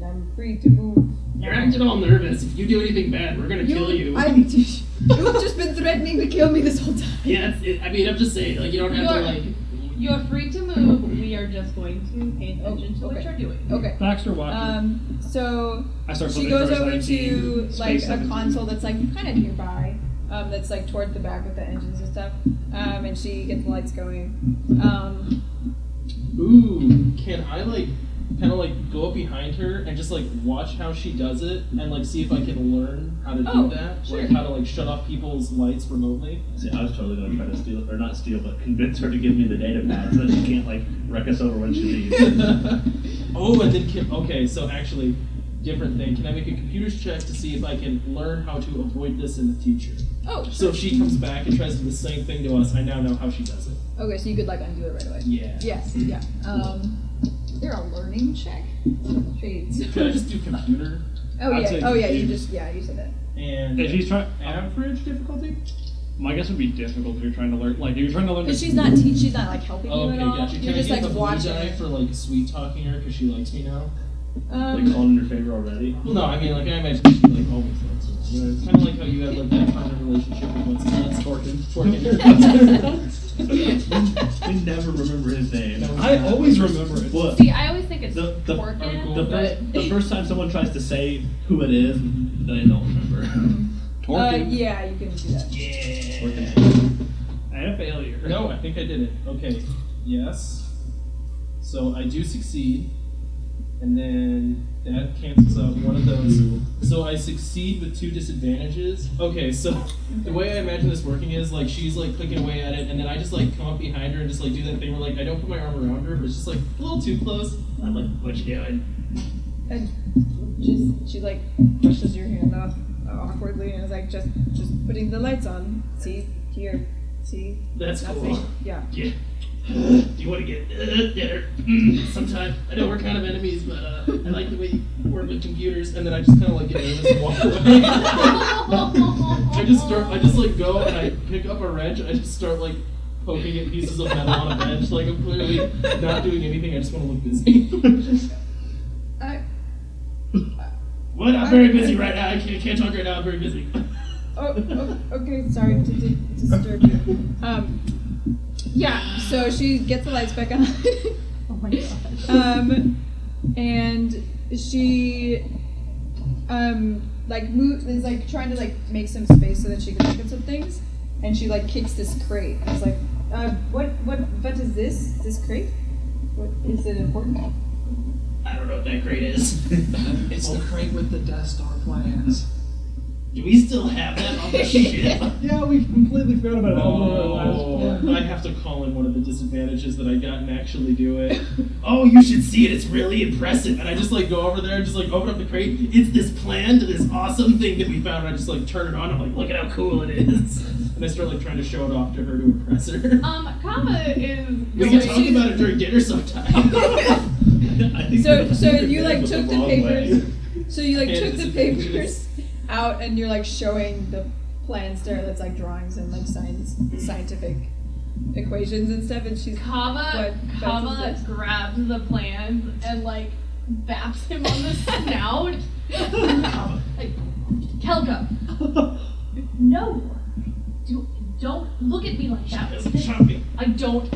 S2: I'm free to move.
S4: You're acting all nervous. If you do anything bad, we're gonna kill you.
S2: I, you've just been threatening to kill me this whole time.
S4: yeah, it's, it, I mean, I'm just saying, like, you don't have to,
S1: You're-
S4: like.
S1: You're free to move. We are just going to pay attention to what
S2: okay.
S1: you're doing.
S2: Okay.
S5: Baxter Walker.
S2: Um. So
S5: I start
S2: she
S5: flipping
S2: goes
S5: through
S2: over
S5: seventeen,
S2: to
S5: space
S2: like a
S5: 17.
S2: console that's like kind of nearby, um, that's like toward the back with the engines and stuff, um, and she gets the lights going, um,
S4: Ooh, can I like kind of like go up behind her and just like watch how she does it and like see if I can learn how to
S2: Oh,
S4: do that?
S2: sure.
S4: Like how to like shut off people's lights remotely?
S6: See, I was totally going to try to steal, or not steal, but convince her to give me the data pad so that she can't like wreck us over when she leaves.
S4: oh, I did. Ki- okay, so actually, different thing. Can I make a computer's check to see if I can learn how to avoid this in the future?
S2: Oh,
S4: So if she comes back and tries to do the same thing to us, I now know how she does it.
S2: okay, so you could like undo it right away.
S4: Yeah.
S2: Yes, yeah. Um, they're a learning check. Trades.
S4: Can I just do computer
S2: Oh
S4: I'll
S2: yeah.
S4: take
S2: Oh yeah. You
S4: it.
S2: just yeah. You said that.
S4: and
S5: If she's trying,
S4: average difficulty?
S5: my guess would be difficult if you're trying to learn. Like, if you're trying to learn.
S2: Because
S5: To,
S2: she's not te- she's not like helping
S4: Oh,
S2: you
S4: okay,
S2: at all.
S4: gotcha. Can
S2: You're
S4: I
S2: just
S4: get
S2: like
S4: the blue
S2: watching.
S4: die
S2: her.
S4: for like sweet talking her because she likes me now?
S6: Like
S2: Um,
S6: all in your favor already.
S4: Well, no, I mean, like, I imagine she, like, always likes me. You know, kind of like how you have, like, that kind of relationship with what's not Torkin.
S6: I never remember his name.
S5: I always remember it.
S6: What?
S3: See, I always think it's
S6: The, the,
S3: Torkin,
S6: the,
S3: but
S6: first, the first time someone tries to say who it is,
S5: Mm-hmm.
S6: they don't remember.
S2: uh, yeah, you can do that.
S6: Yeah.
S5: I had a failure.
S4: No, I think I did it. Okay. Yes. So I do succeed. And then that cancels out one of those. So I succeed with two disadvantages. Okay, so the way I imagine this working is like she's like clicking away at it, and then I just like come up behind her and just like do that thing where like I don't put my arm around her, but it's just like a little too close.
S6: I'm like, what you doing?
S2: And just she like brushes your hand off awkwardly and is like just just putting the lights on. See here. See
S4: That's
S2: nothing.
S4: cool.
S2: Yeah.
S6: Yeah. Do you want to get uh, dinner Mm, sometime?
S4: I know we're kind of enemies, but uh, I like the way you work with computers. And then I just kind of like get nervous and walk away. I just start. I just like go and I pick up a wrench. I just start like poking at pieces of metal on a bench. Like I'm clearly not doing anything. I just want to look busy.
S2: Uh,
S4: what? I'm very busy right now. I can't, can't talk right now. I'm very busy.
S2: oh, oh, okay, sorry to di- disturb you. Um, yeah, so she gets the lights back on. oh my god. Um, and she, um, like move is like trying to like make some space so that she can look at some things, and she like kicks this crate. And it's like, uh, what, what, what is this? This crate? What is it important?
S6: I don't know what that crate is.
S5: It's the crate with the Death Star plans.
S6: Do we still have that on the ship?
S5: Yeah, we completely forgot about it.
S4: Oh, I have to call in one of the disadvantages that I got and actually do it.
S6: Oh, you should see it. It's really impressive.
S4: And I just like go over there and just like open up the crate. It's this plan to this awesome thing that we found. And I just like turn it on. I'm like, look at how cool it is. And I start like trying to show it off to her to impress her.
S3: um, Kava is
S4: we
S3: going
S4: can talk about it during dinner sometime.
S6: I think
S2: So-
S6: that-
S2: so
S6: I think
S2: you,
S6: that
S2: like,
S6: was
S2: took the
S6: wrong way.
S2: papers- So you like
S4: And
S2: took the papers
S4: disadvantages.
S2: out and you're like showing the plans to her that's like drawings and like science scientific equations and stuff and she's
S3: Kava,
S2: What?
S3: Kava
S2: That's-
S3: grabs the plans and like baps him on the snout. like, Kelka, no, do, don't look at me like that.
S4: Shopping.
S3: I don't.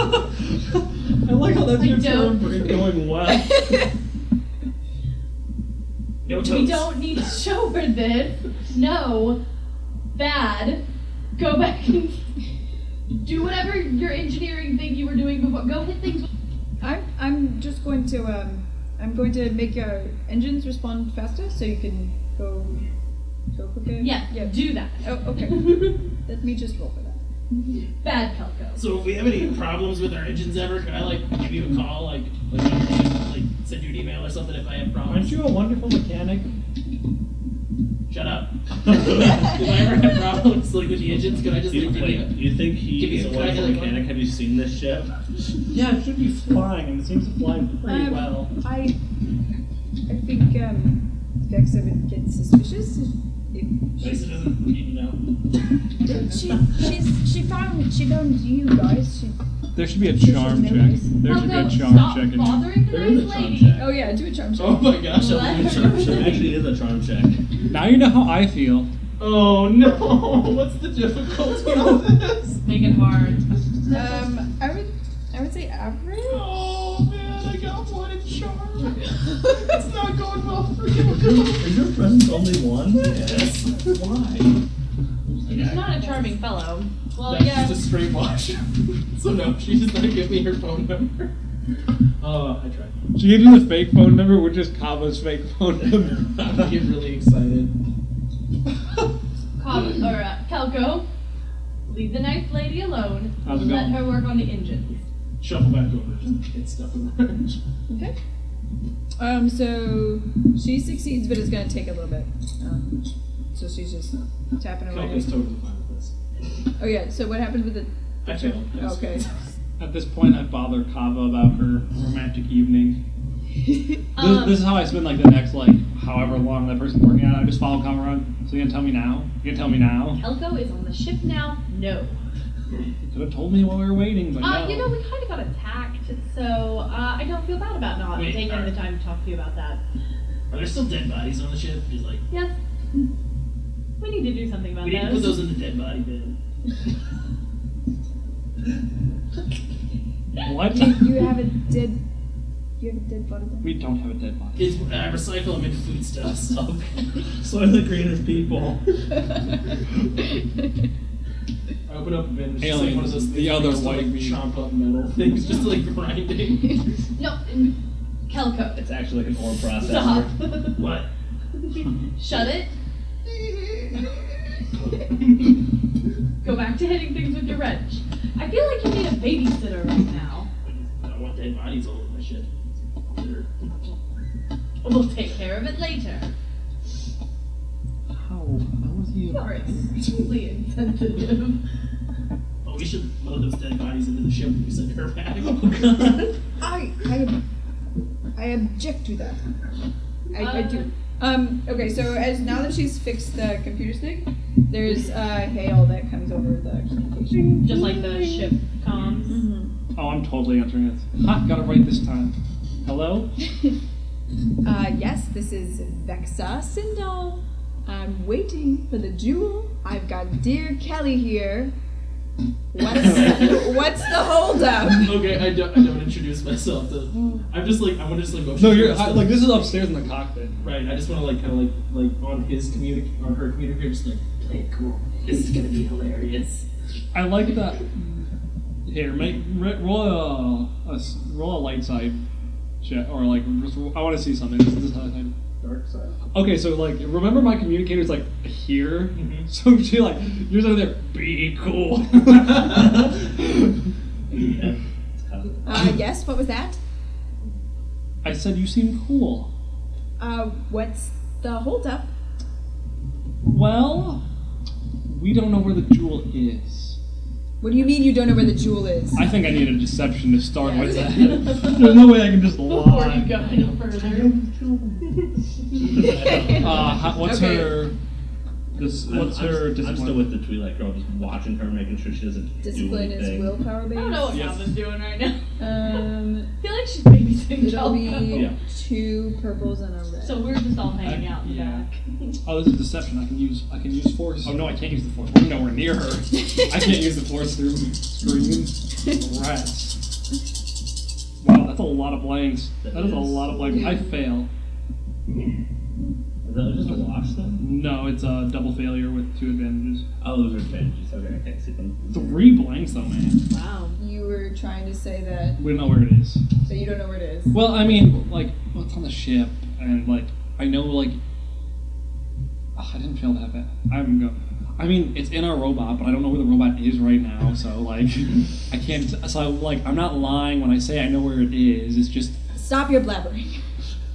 S5: I like how that's
S3: I
S5: your
S3: don't.
S5: term going well.
S6: No
S3: We
S6: toes.
S3: don't need to show her this. No, bad. Go back and do whatever your engineering thing you were doing before. Go hit things. with-
S2: I'm I'm just going to um I'm going to make your engines respond faster so you can go go quicker.
S3: Yeah,
S2: Yeah.
S3: do that.
S2: Oh okay. Let me just roll for that.
S3: Bad Kelko.
S4: So if we have any problems with our engines ever, can I like give you a call? Like, like, like send you an email or something if I have
S5: Aren't
S4: problems?
S5: you a wonderful mechanic?
S4: Shut up. if I ever have problems like with the engines, can I just
S6: Do you,
S4: like give you?
S6: wait, you think
S4: Give me
S6: he's
S4: a
S6: a wonderful
S4: kind of-
S6: mechanic? Have you seen this ship?
S5: Yeah, it should be flying, and it seems to fly pretty
S2: Um,
S5: well.
S2: I I think um Vex would get suspicious if, if
S4: a- At least it doesn't, you know.
S2: She, she's, she found she found you guys. She,
S5: There should be a charm
S2: There's
S5: check.
S2: no reason.
S5: There should be a
S3: Kelko,
S5: charm
S3: stop
S5: check. in-
S3: bothering the
S6: There is
S3: nice
S6: a charm
S3: lady.
S6: check.
S2: oh yeah, do a charm check.
S4: Oh my gosh, I'm
S3: Let
S4: in charge
S6: It
S4: of it.
S6: actually is a charm check.
S5: Now you know how I feel.
S4: Oh no! What's the difficulty on this?
S3: Make it hard.
S2: Um, I would I would say average.
S4: Oh man, I got one in charm. It's not going well for you.
S6: Is your presence only one?
S4: Yes.
S6: Why?
S3: It's not a charming fellow. Well,
S4: That's
S3: yeah.
S4: just a straight wash. so no, she just not give me her phone number. Oh, I tried.
S5: She gave you the fake phone number, which is Kava's fake phone number.
S4: I get really excited.
S3: Cobb, or uh, Kelko, leave the nice lady alone.
S5: How's it
S3: Let
S5: going?
S3: her work on the engines.
S4: Shuffle back over. Just get stuff in the fridge.
S2: Okay. Um, so she succeeds, but it's gonna take a little bit. Um, so she's just tapping away.
S4: Kelka's totally fine with this.
S2: Oh yeah. So what happened with the?
S4: I failed. I was-
S2: Okay.
S5: At this point, I bother Kava about her romantic evening. This,
S3: Um,
S5: this is how I spend like the next like however long that person's working on. it. I just follow Kava around. So you gonna tell me now? You gonna tell me now?
S3: Kelko is on the ship now. No.
S5: You could have told me while we were waiting, but
S3: Uh,
S5: no.
S3: you know, we kind of got attacked, so uh, I don't feel bad about not
S4: Wait,
S3: taking
S4: are-
S3: the time to talk to you about that.
S4: Are there still dead bodies on the ship? He's like,
S3: Yes. We need to do something about
S4: we need to
S3: those.
S4: put those in the dead body bin.
S5: what?
S2: You, you have a dead. You have a dead body.
S5: we don't have a dead body.
S4: It's, I recycle them into foodstuffs.
S6: So the greatest people.
S4: I open up a bin. It's just like
S5: Aliens,
S4: one of those
S5: the
S4: things where
S5: other
S4: you just,
S5: white
S4: like,
S5: meat.
S4: chomp up metal things, just like grinding.
S3: No, Kelko.
S6: It's actually like an ore processor.
S3: Stop.
S4: what?
S3: Shut it. Go back to hitting things with your wrench. I feel like you need a babysitter right now.
S4: I just don't want dead bodies all over my ship. They're-
S3: We'll take care of it later.
S5: How? That was you.
S3: You're extremely insensitive.
S4: Oh, we should load those dead bodies into the ship when we send her back. Oh,
S2: I I I object to that. I, I
S3: Uh.
S2: do. Um. Okay. So as now that she's fixed the computer stick, there's uh, hail that comes over the communication.
S3: Just like the ship comms.
S5: Oh, I'm totally answering this. Ha! Got it right this time. Hello?
S2: Uh, yes, this is Vexa Sindal. I'm waiting for the jewel. I've got dear Kelly here. What's, what's the holdup?
S4: okay, I don't, I don't introduce myself. To, I'm just like, I want to just like go.
S5: No, you're I, like this is upstairs in the cockpit.
S4: Right, I just want to like kind of like like on his communic on her communicator, just like play it cool. This is gonna be hilarious.
S5: I like that. Here, make re- roll a, a s- roll a light side, check, or like just, I want to see something. This, this is how I think.
S4: Dark side.
S5: Okay, so like remember my communicator's like here,
S3: Mm-hmm.
S4: Mhm.
S5: so she like you're over there. Be cool.
S6: Yeah.
S2: Uh, yes, what was that?
S5: I said you seem cool.
S2: Uh, what's the holdup?
S5: Well, we don't know where the jewel is.
S2: What do you mean you don't know where the jewel is?
S5: I think I need a deception to start with. There's no way I can just lie.
S3: Before you go any further.
S5: Uh, how, what's
S2: Okay.
S5: her? This,
S6: I'm-
S5: what's
S6: I'm,
S5: her?
S6: I'm still with the Twi'lek girl, just watching her, making sure she doesn't
S2: Discipline
S6: do
S2: is
S6: anything.
S2: willpower
S3: I
S2: based.
S3: don't know what
S5: Yes.
S3: Calvin's doing right now.
S2: Um,
S3: I feel like she's babysitting
S2: it'll be
S3: Kelko.
S6: Yeah.
S2: two purples and a red.
S3: So we're just all hanging out in the
S5: Yeah.
S3: back.
S5: Oh, this is deception. I can use. I can use force. Oh no, I can't use the force. We're nowhere near her. I can't use the force through screen rats. Wow, that's a lot of blanks.
S6: That
S5: That is a
S6: is.
S5: lot of blanks. I fail.
S6: Is that just a wash then?
S5: No, it's a double failure with two advantages.
S6: Oh, those are advantages. Okay, I can't see them.
S5: Three blanks though, man.
S3: Wow.
S2: you were trying to say that,
S5: We don't know where it is.
S2: but you don't know where it is.
S5: Well, I mean, like, what's on the ship, and like, I know, like, ugh, I didn't feel that bad. I'm go. I mean, it's in our robot, but I don't know where the robot is right now, so like, I can't. So like, I'm not lying when I say I know where it is. It's just
S2: Stop your blabbering.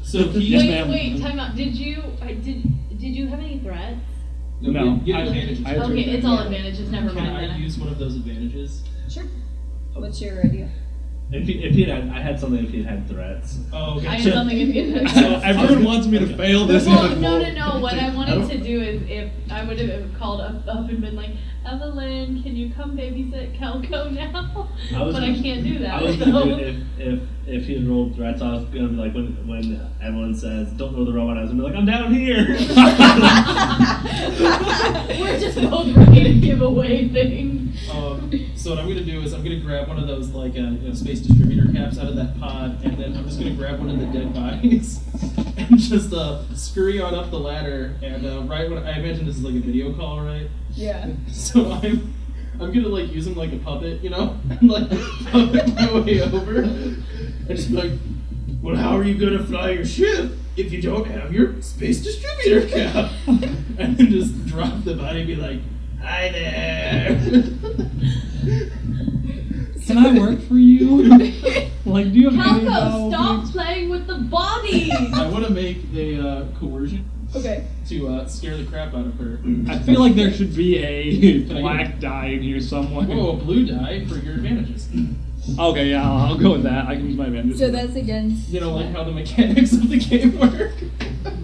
S4: So he
S5: Yes,
S3: wait,
S5: ma'am.
S3: wait, time out. Did you uh, did did you have any threats?
S5: No,
S4: you have
S5: I-
S4: advantages.
S5: I-
S3: Okay, it's all
S2: yeah.
S3: advantages. Never
S4: Can
S3: mind
S4: I
S3: then.
S4: use one of those advantages?
S2: Sure. What's your idea?
S6: If he, if he had, I had something. If he had threats,
S4: Oh,
S3: I
S4: okay.
S3: have something if you
S5: so everyone wants me to fail this.
S3: Well,
S5: even
S3: no,
S5: more.
S3: no, no. What I wanted
S6: don't-
S3: to do is if I would have called up, up and been like, Evelyn, can you come babysit Calco now?
S6: I was
S3: but I
S6: gonna-
S3: can't do that.
S6: I was
S3: so.
S6: gonna do it if if if he had rolled threats. I was gonna be like when when everyone says don't roll the robot, I was gonna be like I'm down here.
S3: We're just both ready to give away things.
S6: Oh.
S4: Um, so what I'm gonna do is I'm gonna grab one of those like uh, you know, space distributor caps out of that pod, and then I'm just gonna grab one of the dead bodies and just uh, scurry on up the ladder. And uh, right when I imagine this is like a video call, right?
S9: Yeah.
S4: So I'm, I'm gonna like use him like a puppet, you know, and like puppet my way over. And just be like, well, how are you gonna fly your ship if you don't have your space distributor cap? and then just drop the body, and be like, hi there.
S5: Can I work for you? like, do you have any
S3: Calco,
S5: job
S3: stop
S5: openings?
S3: playing with the body!
S4: I want to make a uh, coercion
S9: Okay.
S4: to uh, scare the crap out of her.
S5: I feel like there should be a
S4: I
S5: black die in here somewhere.
S4: Whoa,
S3: Oh.
S4: a blue die for your advantages.
S5: Okay, yeah, I'll, I'll go with that. I can use my advantage.
S2: So that's against.
S4: You know, like how the mechanics of the game work.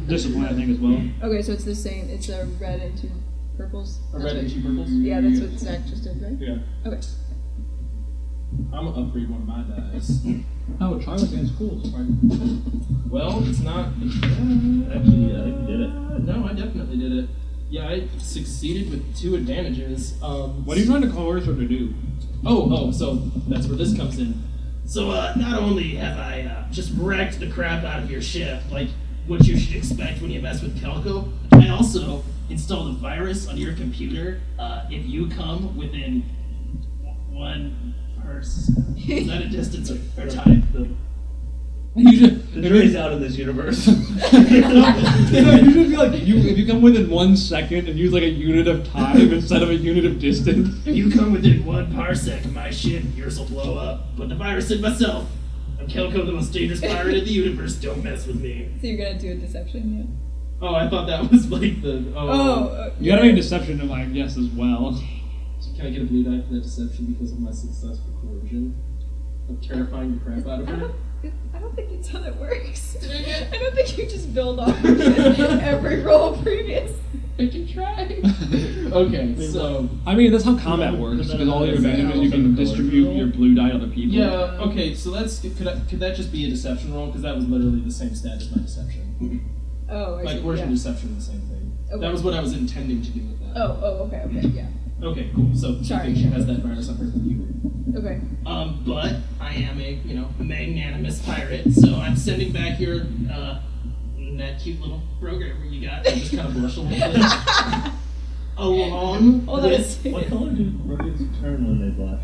S5: discipline, I think, as well.
S2: Okay, so it's the same. It's a red and two purples.
S4: A
S2: That's
S4: red
S2: what-
S4: and two purples.
S2: Yeah, that's what Zach just did, right?
S4: Yeah.
S2: Okay.
S4: I'm gonna upgrade one of my dice.
S10: Oh, Charlie's against schools. Right?
S4: Well, it's not.
S6: Actually, yeah, I think you did it.
S4: No, I definitely did it. Yeah, I succeeded with two advantages. Um,
S10: What are you trying to coerce her to do?
S4: Oh, oh, so that's where this comes in. So, uh, not only have I uh, just wrecked the crap out of your ship, like what you should expect when you mess with Kelco, I also installed a virus on your computer. Uh, if you come within w- one person, is that a distance or, or time?
S10: You just,
S6: The jury's out in this universe.
S5: You
S10: should be like you if you come within one second and use like a unit of time instead of a unit of distance.
S4: If you come within one parsec of my ship, yours will blow up. But the virus in myself. I'm Kelco, the most dangerous pirate in the universe. Don't mess with me.
S2: So you're gonna do a deception,
S4: Oh, I thought that was like the. Oh.
S2: yeah? Oh, uh,
S5: You gotta make a deception, I guess, as well.
S4: Can I get a blue die for that deception because of my successful coercion? Of terrifying the crap out of
S2: I
S4: her?
S2: don't, I don't think that's how that works. I don't think you just build off every roll previous.
S4: I can try. okay, so.
S5: I mean, that's how combat works. With all your advantages, you can distribute your blue die to other people.
S4: Yeah, okay, so that's. Could, I, could that just be a deception roll? Because that was literally the same stat as my deception.
S2: Oh, I
S4: Like,
S2: see,
S4: coercion
S2: yeah.
S4: and deception are the same thing. That
S2: Okay.
S4: was what I was intending to do with that.
S2: Oh, oh, okay, okay, yeah.
S4: Okay, cool. So
S2: Sorry.
S4: she has that virus on her computer.
S2: Okay.
S4: Um, but I am a you know magnanimous pirate, so I'm sending back your uh, that cute little programmer you got. I just kind of blush a little bit. Along
S2: Hold on a
S4: with
S6: what
S2: second.
S6: color did Rockets turn when they blush?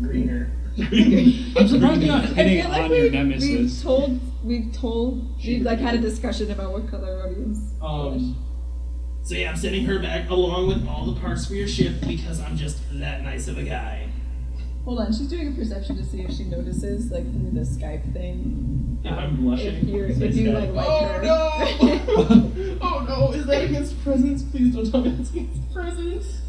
S4: greener.
S5: I'm surprised you're not
S2: I
S5: hitting
S2: feel like
S5: on your
S2: we've,
S5: nemesis.
S2: we've told, we've told, we've like had a discussion about what color Rodian's.
S4: Um, so yeah, I'm sending her back along with all the parts for your ship because I'm just that nice of a guy.
S2: Hold on, she's doing a perception to see if she notices, like through the Skype thing,
S4: If I'm
S2: if
S4: blushing.
S2: you're, if you
S5: Oh,
S2: like like her.
S4: no! oh no! Is that against presence? Please don't tell me it's against presence.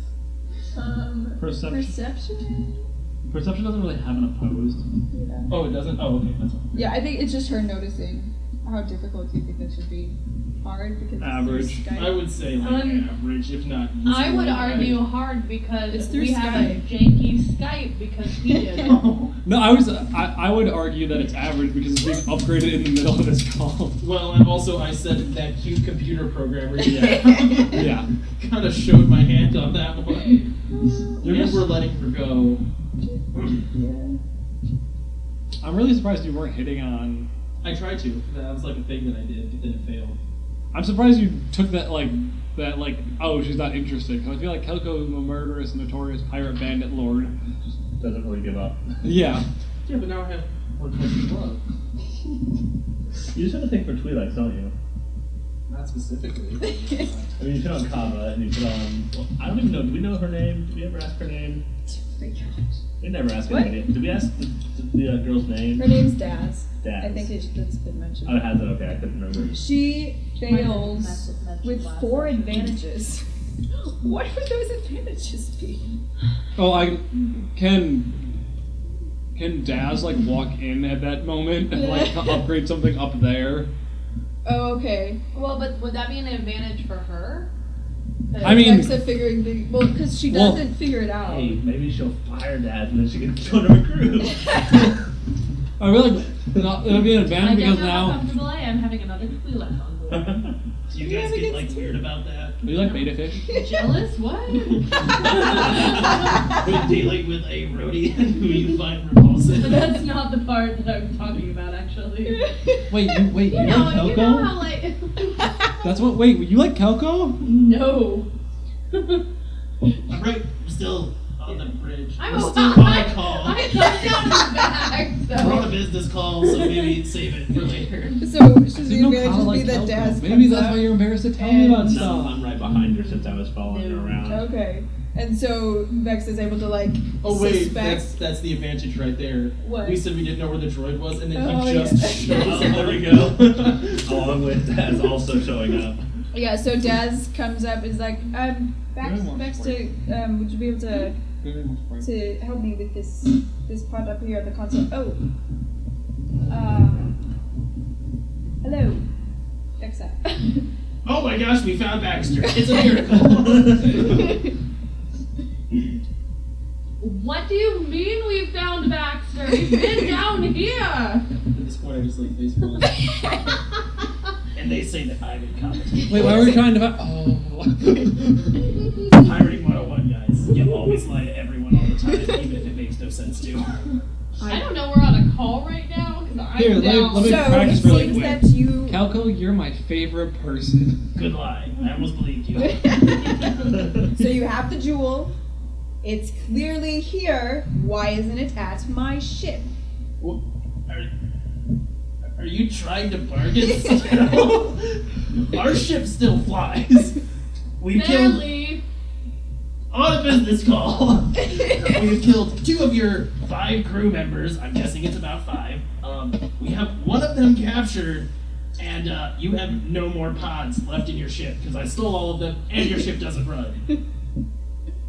S2: Um,
S5: Perception.
S2: perception.
S5: Perception doesn't really have an opposed.
S2: Yeah.
S4: Oh, it doesn't. Oh, okay, that's fine.
S2: Yeah, I think it's just her noticing. How difficult do you think that should be? Hard because it's through
S5: Average.
S2: Skype?
S4: I would say like
S3: Um,
S4: average, if not.
S3: I would
S4: easily
S3: argue hard because
S2: It's through
S3: we have a
S2: Skype.
S3: janky Skype because he did. it.
S4: high.
S5: No, I was. I, I would argue that it's average because it's being upgraded in the middle of this call.
S4: well, and also I said that cute computer programmer. Yeah,
S5: Yeah.
S4: kind of showed my hand on that one. and we're letting her go.
S5: I'm really surprised you weren't hitting on.
S4: I tried to. That was like a thing that I did, but then it failed.
S5: I'm surprised you took that like that like oh she's not interested because I feel like Kelko is a murderous, notorious pirate bandit lord.
S6: Doesn't really give up.
S5: Yeah.
S4: Yeah, but now I have one question love.
S6: You just have to think for Twi'leks, don't you?
S4: Not specifically.
S6: I mean, you put on Kava and you put on. Well, I don't even know. Do we know her name? Did we ever ask her name? We never ask
S2: What?
S6: anybody. Did we ask the, the, the uh, girl's name?
S2: Her name's Daz.
S6: Daz.
S2: I think it, that's been mentioned.
S6: Oh,
S5: Uh,
S6: it has it. Okay, I couldn't remember.
S2: She fails
S3: Messed- messed
S2: with
S3: last
S2: four
S3: session.
S2: advantages. What would those advantages be?
S5: Oh, I can. Can Daz like walk in at that moment and like to upgrade something up there?
S2: Oh, okay.
S3: Well, but would that be an advantage for her?
S5: I mean-
S2: Alexa figuring the well, because she
S5: Well-
S2: doesn't figure it out.
S6: Hey, maybe she'll fire Dad and then she can join her crew.
S5: I really not, it'll be an
S3: I
S5: advantage
S3: don't
S5: because
S3: know how
S5: now
S3: comfortable I am having another Twi'lek on board.
S4: Do you guys get like weird about that?
S5: are you like beta fish?
S3: Jealous? What?
S4: When dealing with a roadie who you find repulsive.
S3: but that's not the part that I'm talking about, actually.
S5: Wait, you wait,
S3: You
S5: like
S3: know,
S5: Kelko?
S3: you know how like
S5: That's what. Wait, you like Kelko?
S3: no.
S4: I'm right. I'm still on the bridge.
S3: I'm
S4: We're
S3: a-
S4: still on a call.
S3: I thought that was back,
S4: We're on
S3: so.
S4: a business call, so maybe save it for later.
S2: So should the
S5: You know
S2: advantage
S5: Kyle
S2: just be
S5: likes
S2: that
S5: help, though.
S2: Daz
S5: Maybe
S2: comes
S5: that's
S2: up?
S5: why you're embarrassed to tell me
S2: and-
S5: about
S6: No,
S5: stuff.
S6: I'm right behind her since I was following her around.
S2: Okay. And so Vex is able to like
S4: Oh wait,
S2: suspect.
S4: that's that's the advantage right there.
S2: What?
S4: We said we didn't know where the droid was, and then
S2: Oh,
S4: he just
S2: yeah.
S4: showed
S6: Oh,
S4: up.
S6: there we go. Along with Daz also showing up.
S2: Yeah. So Daz comes up is like, um, Vex,
S5: Very much
S2: Vex, to,
S5: work.
S2: um, would you be able to
S5: Very much right.
S2: to help me with this this part up here at the console? Oh. Um. Hello, Vexa.
S4: Oh my gosh, we found Baxter. It's a miracle.
S3: What do you mean we found Baxter? He's been down here.
S4: At this point, I just like baseball. and they say that I'm incompetent.
S5: Wait, why were we trying to? fi- Oh.
S4: Pirating 101, guys. You always lie to everyone all the time, even if it makes no sense to.
S3: I don't know. We're on a call right now. 'cause I'm
S5: Here, let me-
S3: down.
S5: let me-
S2: so it
S5: practice
S2: seems
S5: really quick.
S2: that you.
S5: Calco, you're my favorite person.
S4: Good lie. I almost believed you.
S2: so you have the jewel. It's clearly here. Why isn't it at my ship?
S4: Well, Are, are you trying to bargain still? Our ship still flies. We've killed
S3: Barely.
S4: on a business call. We've killed two of your five crew members. I'm guessing it's about five. Um, we have one of them captured, and uh, you have no more pods left in your ship because I stole all of them, and your ship doesn't run.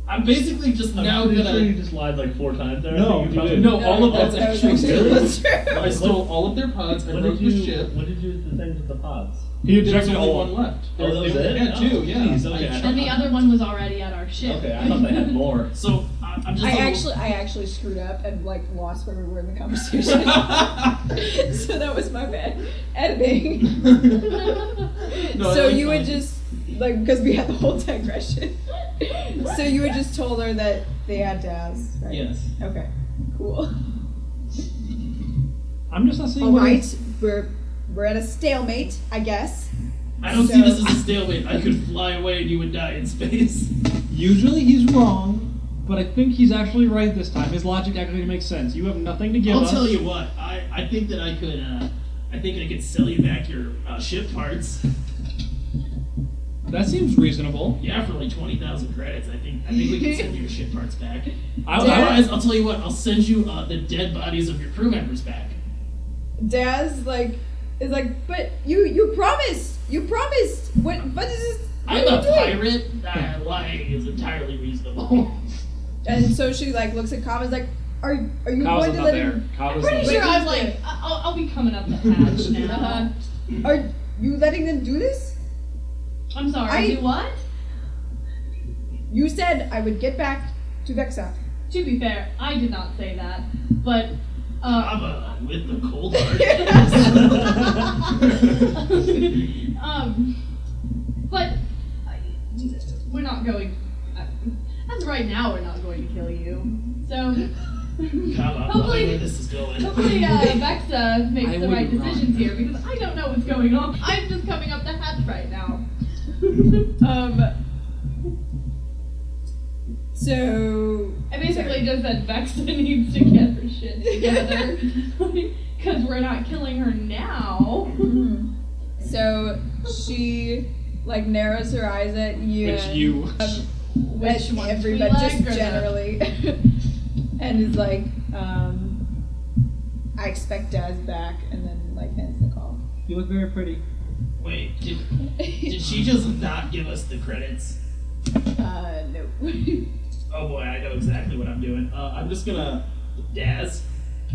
S4: I'm basically just now
S6: I'm pretty sure you
S4: gonna.
S6: just lied like four times there. I
S4: No,
S6: think
S4: you
S6: probably-
S4: did. No, all of that's
S2: that was
S4: actually
S2: actually-
S4: true.
S2: that's true.
S4: I stole all of their pods. I
S6: What
S4: broke
S6: did
S4: the
S6: you?
S4: ship.
S6: What did you do with the things with the pods?
S5: He
S4: There's
S5: ejected
S4: only
S5: all.
S4: one left.
S6: Oh, that was it?
S4: Yeah,
S6: Oh,
S4: two. Yeah.
S6: geez, okay.
S4: I-
S3: And the other one was already at our ship.
S6: Okay, I thought they had more.
S4: So I- I'm just.
S2: I
S4: a little-
S2: actually, I actually screwed up and like lost where we were in the conversation. so that was my bad editing.
S4: No,
S2: so
S4: I like
S2: you would
S4: mine.
S2: just like because we had the whole digression. so you had just told her that they had Daz, right?
S4: Yes.
S2: Okay. Cool.
S11: I'm just not seeing
S2: All
S11: what
S2: right, we're we're at a stalemate, I guess.
S4: I don't see this
S2: So-
S4: as a stalemate. I could fly away and you would die in space.
S11: Usually he's wrong, but I think he's actually right this time. His logic actually makes sense. You have nothing to give
S4: I'll
S11: us.
S4: tell you what. I, I think that I could. Uh, I think I could sell you back your uh, ship parts.
S11: That seems reasonable.
S4: Yeah, for like twenty thousand credits. I think. I think we can send your ship parts back.
S11: I, I,
S4: Otherwise, I'll tell you what. I'll send you uh, the dead bodies of your crew members back.
S2: Daz like is like, but you you promised, you promised. What what is this? What
S4: I'm
S2: are
S4: a
S2: you doing?
S4: pirate. Uh, lying is entirely reasonable.
S2: And so she like looks at Kava's like, are are you
S11: Kava's
S2: going to
S11: not
S2: let
S11: there.
S2: him?
S11: Kava's
S2: pretty
S11: not
S3: Sure,
S11: there.
S3: I'm like, I- I'll, I'll be coming up the hatch now.
S2: Uh-huh. Are you letting them do this?
S3: I'm sorry.
S2: I-
S3: do what?
S2: You said I would get back to Vexa.
S3: To be fair, I did not say that, but uh,
S4: I'm uh, with the cold heart.
S3: um, but I, we're not going. I, as of right now, we're not going to kill you. So
S4: God, I'm
S3: Hopefully-
S4: loving where this is going.
S3: hopefully, uh, Vexa makes
S5: I
S3: the right
S5: wouldn't run.
S3: decisions here because I don't know what's going on. I'm just coming up the hatch right now.
S2: Um. So
S3: I basically just said Vexa needs to get her shit together because we're not killing her now.
S2: Mm-hmm. so she like narrows her eyes at you.
S5: Which
S2: and-
S5: you.
S3: Which
S2: at
S3: ones we
S2: everybody
S3: like or
S2: just
S3: the-
S2: generally, and is like, um, I expect Daz back, and then like hands the call.
S11: You look very pretty.
S4: Wait, did, did she just not give us the credits?
S2: Uh, no.
S4: Oh boy, I know exactly what I'm doing. Uh, I'm just gonna. Daz,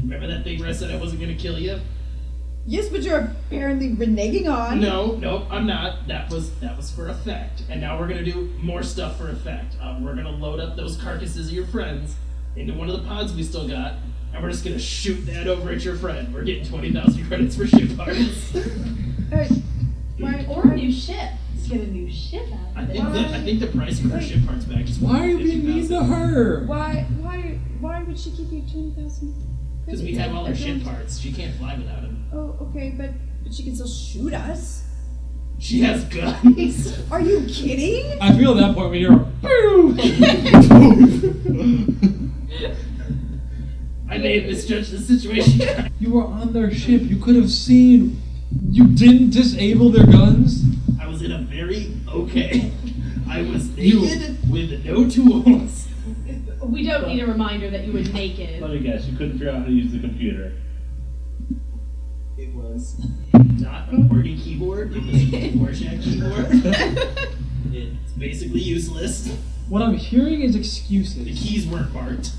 S4: remember that thing where I said I wasn't gonna kill you?
S2: yes, but you're apparently reneging on.
S4: No, no, I'm not. That was that was for effect. And now we're gonna do more stuff for effect. Uh, we're gonna load up those carcasses of your friends into one of the pods we still got, and we're just gonna shoot that over at your friend. We're getting twenty thousand credits for ship parts.
S2: Uh,
S3: Right, or a new ship. Let's get a new ship out
S4: I
S3: of it.
S4: think that, I think the price for our ship parts back is
S5: Why are you being mean to her?
S2: why? Why? Why would she give you twenty thousand?
S4: Because we have all our ship parts. She can't fly without them.
S2: Oh, okay, but but she can still shoot us.
S4: She has guns.
S7: Are you kidding?
S12: I feel at that point we hear a
S4: I may have misjudged the situation.
S12: You were on their ship. You could have seen. You didn't disable their guns.
S4: I was in a very okay. I was
S12: You-
S4: naked with no tools.
S3: We don't need a reminder that you were naked.
S6: Let me guess, you couldn't figure out how to use the computer.
S4: It was not a working keyboard. It was a Rorschach keyboard. it's basically useless.
S5: What I'm hearing is
S4: The
S5: excuses.
S4: keys weren't marked.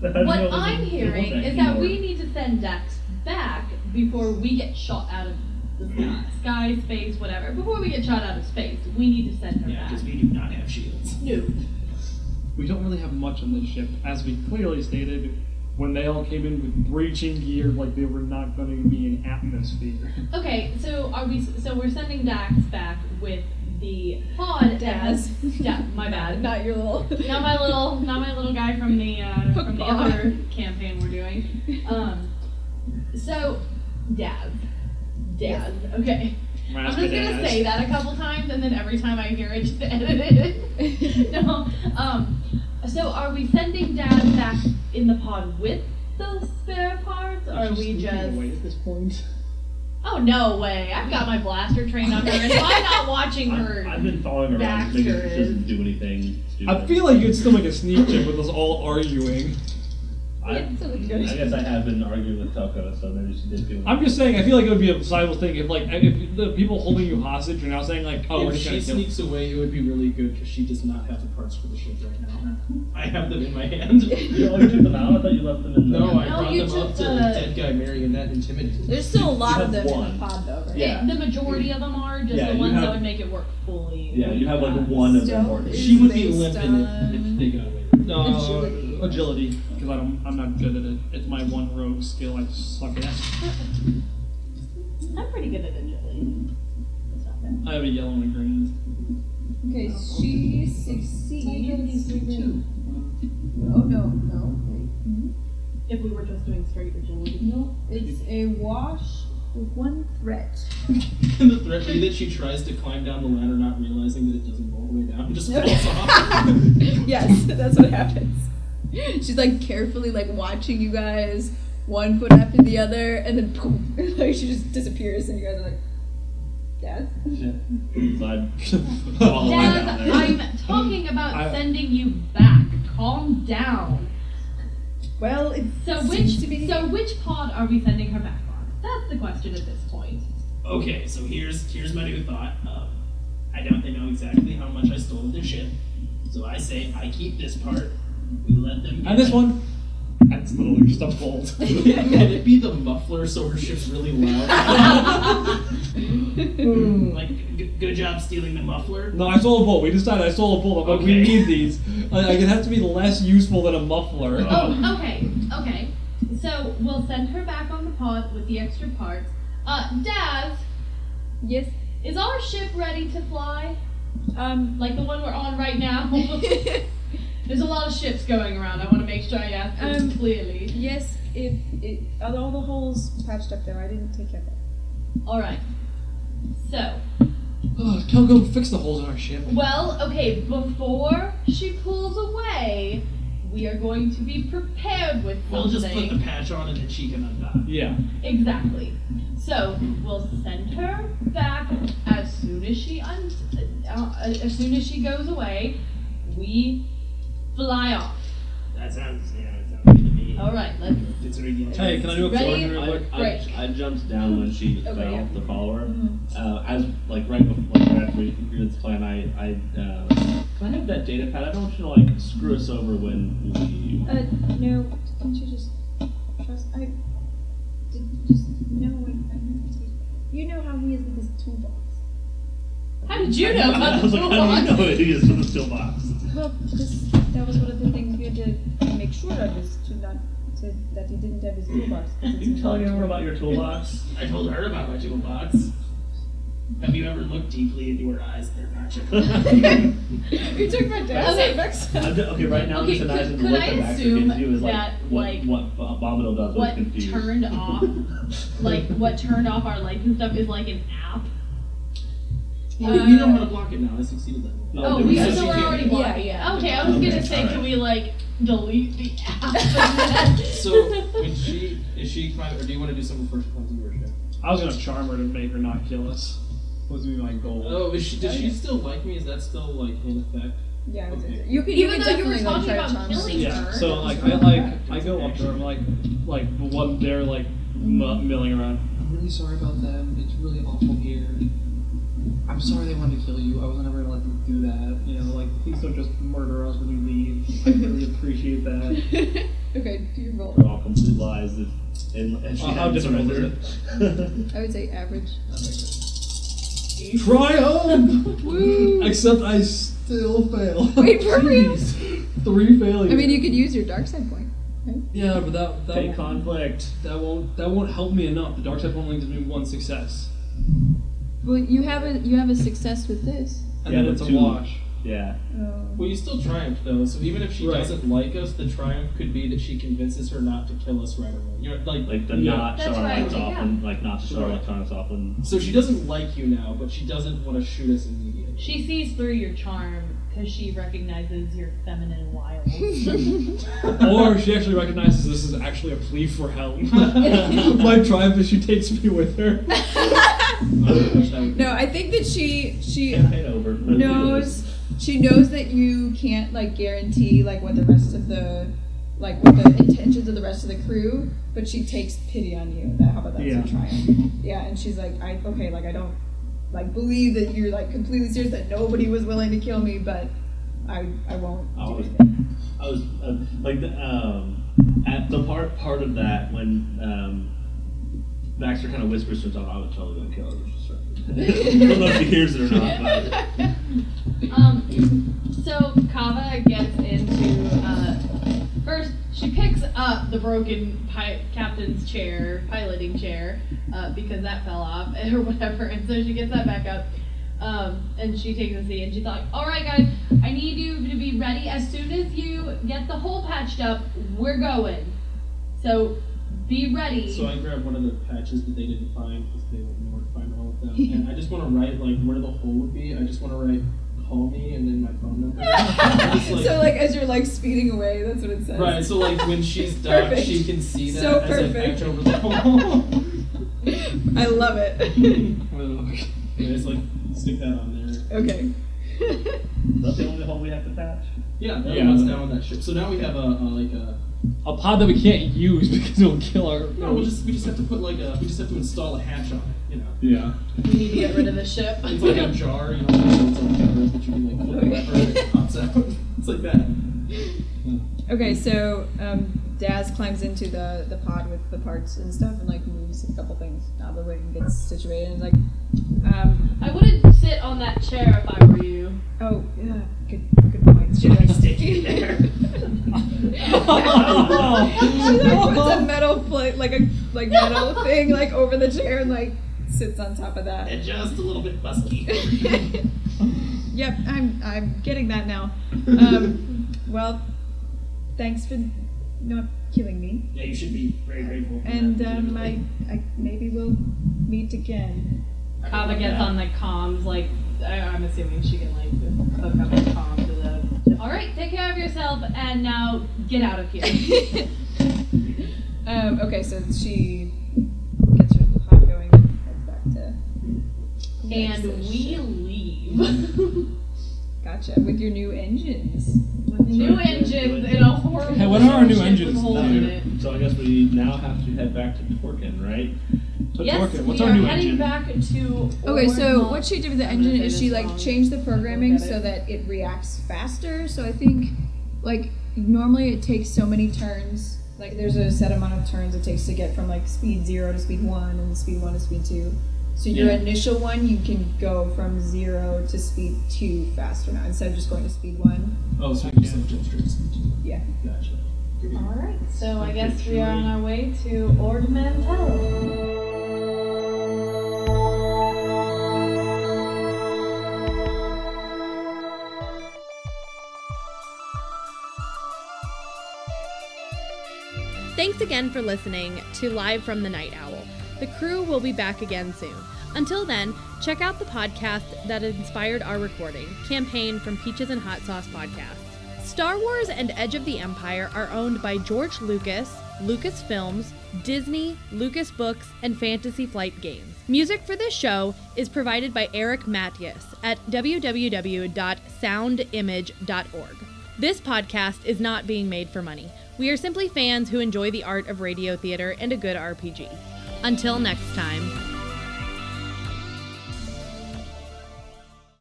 S3: What I'm hearing is that we need to send Dax back before we get shot out of the sky, sky, space, whatever. Before we get shot out of space, we need to send her
S4: Yeah,
S3: back.
S4: because we do not have shields.
S3: No.
S5: We don't really have much on this ship, as we clearly stated when they all came in with breaching gear, like they were not going to be in atmosphere.
S3: Okay, so are we? So we're sending Dax back with the pod
S7: Daz.
S3: as- Yeah, my bad.
S7: Not your little.
S3: Not my little, not my little guy from the uh, from the
S7: Football.
S3: other campaign we're doing. Um, so, Daz, Daz. Okay. I'm just gonna say that a couple times, and then every time I hear it, just edit it. no. Um. So, are we sending Dad back in the pod with the spare parts? Or are we just?
S5: away at this point?
S3: Oh no way! I've got my blaster trained on her, and I'm not watching her.
S6: I've, I've been following around, making sure she doesn't do anything.
S5: I feel like you'd still make a sneak check with us all arguing.
S6: I, I guess I have been arguing with Telco, so maybe she did feel.
S5: I'm just saying, I feel like it would be a sizable thing if, like, if the people holding you hostage are now saying, like, oh,
S4: if
S5: we're just
S4: she
S5: gonna kill.
S4: sneaks away, it would be really good because she does not have the parts for the ship right now. I have them in my hand.
S6: You only took them out. I thought you left them in. The...
S4: No, I
S3: No,
S4: brought
S3: you
S4: them up
S3: took
S4: to
S3: the-
S4: dead guy marionette intimidated.
S7: There's still a lot
S6: You
S7: of
S6: have
S7: them in
S6: one.
S7: the pod though, right?
S6: Yeah.
S3: The majority of them are just
S6: Yeah,
S3: the
S6: you
S3: ones that
S6: have-
S3: would make it work fully.
S6: Yeah, you have like one of them.
S7: Stealth
S6: already.
S7: is
S4: She would be
S7: based
S4: limping if, if
S7: on-
S4: they got away.
S5: No, uh, agility, because I don't, I'm not good at it. It's my one rogue skill I suck at.
S3: I'm pretty good at agility. That's not bad.
S5: I have a yellow and a green.
S7: Okay, she succeeds. Oh no, no. Mm-hmm.
S3: If we were just doing straight agility.
S7: No, it's a wash with one threat.
S4: And the threat be that she tries to climb down the ladder, not realizing that it doesn't go all the way down, and just falls off.
S7: yes, that's what happens. She's like carefully like watching you guys, one foot after the other, and then poof, like she just disappears, and you guys are like, Dad.
S6: So I'd follow her down
S3: Dad,
S6: there.
S3: I'm talking about
S5: I-
S3: sending you back. Calm down.
S7: Well, it
S3: So
S7: seems
S3: which
S7: to be
S3: so which pod are we sending her back on? That's the question at this point.
S4: okay, so here's here's my new thought. Um, I doubt they know exactly how much I stole of their ship, so I say I keep this part. We let them.
S5: And this one, that's literally just a bolt.
S4: Can it be the muffler so her ship's really loud? like, g- good job stealing the muffler.
S5: No, I stole a bolt. We decided I stole a bolt. I'm like, we
S4: Okay.
S5: need these. Like, it has to be less useful than a muffler.
S3: Oh, okay, okay. So we'll send her back on the pod with the extra parts. Uh, Daz,
S7: yes.
S3: is our ship ready to fly?
S7: Um,
S3: Like the one we're on right now? There's a lot of ships going around. I want to make sure I ask this
S7: Um,
S3: clearly.
S7: yes. It it are all the holes patched up there. I didn't take care of that.
S3: All right. So,
S5: Oh, Kelgo, fix the holes in our ship.
S3: Well, okay, before she pulls away, we are going to be prepared with something.
S4: We'll just put the patch on and then she can untie.
S5: Yeah.
S3: exactly. So we'll send her back as soon as she un- uh, as soon as she goes away. We fly off.
S4: That sounds, yeah, it sounds good to me.
S3: All right, let's.
S4: It's already
S5: Hey, can I do a
S3: Ready?
S5: corner real quick?
S6: I,
S3: Break.
S6: I, I jumped down when she
S7: Okay,
S6: fell
S7: yeah.
S6: off the follower.
S3: Mm-hmm.
S6: Uh, as like right before, like, right after we completed this plan, I I uh, can I have that data pad? I don't want you to like screw us over when we.
S7: Uh, no. Can't you just trust? I did just no. I, I need to. You know how he is with his toolbox.
S3: How did you know
S6: I
S3: about
S6: was
S3: the
S6: like, I don't
S3: toolbox?
S6: know what it is for the steel box.
S7: Well, this, that was one of the things we had to make sure of is to not to, that he didn't have his toolbox. 'cause it's
S6: you telling
S7: important.
S6: everyone about your toolbox?
S4: I told her about my toolbox. Have you ever looked deeply into her eyes? They're not
S3: Uh,
S4: your
S6: I'm
S7: You took my dad's
S3: Okay.
S7: back.
S6: d- okay, right now
S3: Okay,
S6: this imagine
S3: could-
S6: the
S3: could
S6: look
S3: I
S6: of actually
S3: assume
S6: can do is like
S3: that,
S6: what
S3: like,
S6: what Abominable does
S3: What
S6: was confused.
S3: turned off, like what turned off our lights and stuff, is like an app
S4: Oh, wait, you know how to block it now. I succeeded that.
S3: Oh,
S6: then
S3: we
S6: we
S3: so
S6: said she
S3: we're
S6: can't.
S3: already blocked.
S13: yeah.
S3: Okay, I was
S6: Okay,
S3: gonna say,
S6: alright.
S3: can we like delete the app?
S4: So, when she is she climb, or do you want to do something before she climbs into your ship?
S5: I was gonna charm her to make her not kill us. Was be my goal.
S4: Oh, is she, does she still like me? Is that still like in effect?
S2: Yeah,
S4: Okay.
S2: it's- you could
S3: Even
S2: you could
S3: though you were
S2: definitely, like,
S3: talking
S2: try to
S3: about
S2: charm
S3: killing
S2: her.
S5: Yeah.
S3: her.
S5: So like I like I go up to her. I'm like like the one there like m- milling around.
S14: I'm really sorry about them. It's really awful here. I'm sorry they wanted to kill you. I was never gonna let them do that.
S5: You know like please don't just murder us when we leave. I really appreciate that.
S2: okay, do you roll?
S6: They're all complete lies. If, and, and she
S5: Well, how
S6: hadn't
S5: difficult is
S6: surrendered.
S2: I would say average.
S5: Try home.
S2: Woo!
S5: Except I still fail.
S2: Wait, for real?
S5: Jeez. Three failures.
S2: I mean, you could use your dark side point.
S5: yeah, but that that
S6: Fake
S5: won't-
S6: conflict.
S5: that won't that won't help me enough. The dark side only gives me one success,
S2: Well, you have a you have a success with this.
S5: and
S6: Yeah,
S5: then
S6: but
S5: it's a
S6: two-
S5: wash.
S6: Yeah.
S4: Well, you still triumphed though, so even if she
S5: Right.
S4: doesn't like us, the triumph could be that she convinces her not to kill us right away. You're like,
S6: Like the
S5: Yeah.
S6: not shut
S3: That's
S6: our
S3: right,
S6: lights off
S3: yeah.
S6: and like not to shut our
S5: Right.
S6: electronics off and
S4: so she doesn't like you now, but she doesn't want to shoot us immediately.
S3: She sees through your charm because she recognizes your feminine wiles.
S5: or she actually recognizes this is actually a plea for help. My triumph is she takes me with her.
S2: No, I think that she she
S6: campaign over.
S2: knows she knows that you can't like guarantee like what the rest of the like what the intentions of the rest of the crew, but she takes pity on you. That how about that's
S5: Yeah.
S2: a triumph? Yeah, and she's like, I okay, like I don't like believe that you're like completely serious that nobody was willing to kill me, but I I won't.
S6: I
S2: do
S4: Oh.
S6: was,
S2: anything.
S6: I was uh, like the, um, at the part part of that when um, Baxter kind of whispers to himself, "I was totally gonna kill her." Which is right. I don't know if he hears it or not, but
S3: Um, so Kava gets into uh, first. She picks up the broken pi- captain's chair, piloting chair, uh, because that fell off or whatever, and so she gets that back up. Um, and she takes a seat and she's like, "All right, guys, I need you to be ready as soon as you get the hole patched up. We're going. So be ready."
S4: So I grabbed one of the patches that they didn't find because they didn't know where to find all of them. And I just want to write like where the hole would be. I just want to write call me and then my phone number. Just,
S2: so like as you're like speeding away, that's what it says.
S4: right. So like when she's done,
S2: Perfect.
S4: she can see that
S2: So
S4: as I
S2: perfect.
S4: patch over the hole.
S2: I love it.
S4: Yeah, just like stick that on there.
S2: okay.
S6: that's the only hole we have to patch.
S4: Yeah, that
S5: Yeah.
S4: one's now on that ship. So now we have a, a like a
S5: A pod that we can't use because it'll kill our.
S4: no. We'll just we just have to put like a we just have to install a hatch on it. You know,
S5: Yeah.
S3: we need to get rid of the ship.
S4: it's like a jar. You know, it's on covers, but you can like flip it over and it pops out. It's like that.
S2: Okay, so um, Daz climbs into the, the pod with the parts and stuff and like moves a couple things out of the way and gets situated and like, um,
S3: I wouldn't sit on that chair if I were you.
S2: oh yeah, good good point. Should I stick you there? she like puts a metal plate, like a like metal thing, like over the chair and like sits on top of that.
S4: And just a little bit busky.
S2: yep, I'm I'm getting that now. Um, well, thanks for not killing me.
S4: Yeah, you should be very grateful. for
S2: And
S4: that,
S2: um, I,
S4: legitimately.
S2: I maybe we'll meet again.
S3: Kava gets on the comms, like, I, I'm assuming she can, like, hook up the comm to the. Alright, take care of yourself, and now get out of here.
S2: um, okay, so she gets her pot going and heads back to.
S3: and
S2: Nexus.
S3: we leave.
S2: Gotcha. With your new engines.
S3: With new
S6: Sorry,
S3: engines
S6: what-
S3: and a horrible.
S14: Hey, what are our new
S3: ship with
S14: engines?
S3: holes in it.
S6: So I guess we now have to head back to Torkin, right?
S14: But
S3: Yes,
S14: Torkin, what's
S3: we
S14: our
S3: are
S14: new engine?
S3: heading back to.
S2: Okay, so
S3: Ormont.
S2: what she did with the
S3: I'm gonna
S2: engine
S3: say
S2: is she
S3: this
S2: like
S3: wrong.
S2: changed the programming
S3: Look at
S2: so
S3: it.
S2: that it reacts faster. So I think, like normally it takes so many turns. Like there's a set amount of turns it takes to get from like speed zero to speed one, and speed one to speed two. So your
S4: Yeah.
S2: initial one, you can go from zero to speed two faster now instead of just going to speed one.
S4: oh, so you just have jump strips.
S2: Yeah.
S4: Gotcha.
S3: Alright, so I guess we are on our way to Ordmantel.
S1: Thanks again for listening to Live from the Night Owl. The crew will be back again soon. Until then, check out the podcast that inspired our recording, Campaign from Peaches and Hot Sauce Podcast. Star Wars and Edge of the Empire are owned by George Lucas, Lucas Films, Disney, Lucas Books, and Fantasy Flight Games. Music for this show is provided by Eric Mattias at www.soundimage.org. This podcast is not being made for money. We are simply fans who enjoy the art of radio theater and a good RPG. Until next time.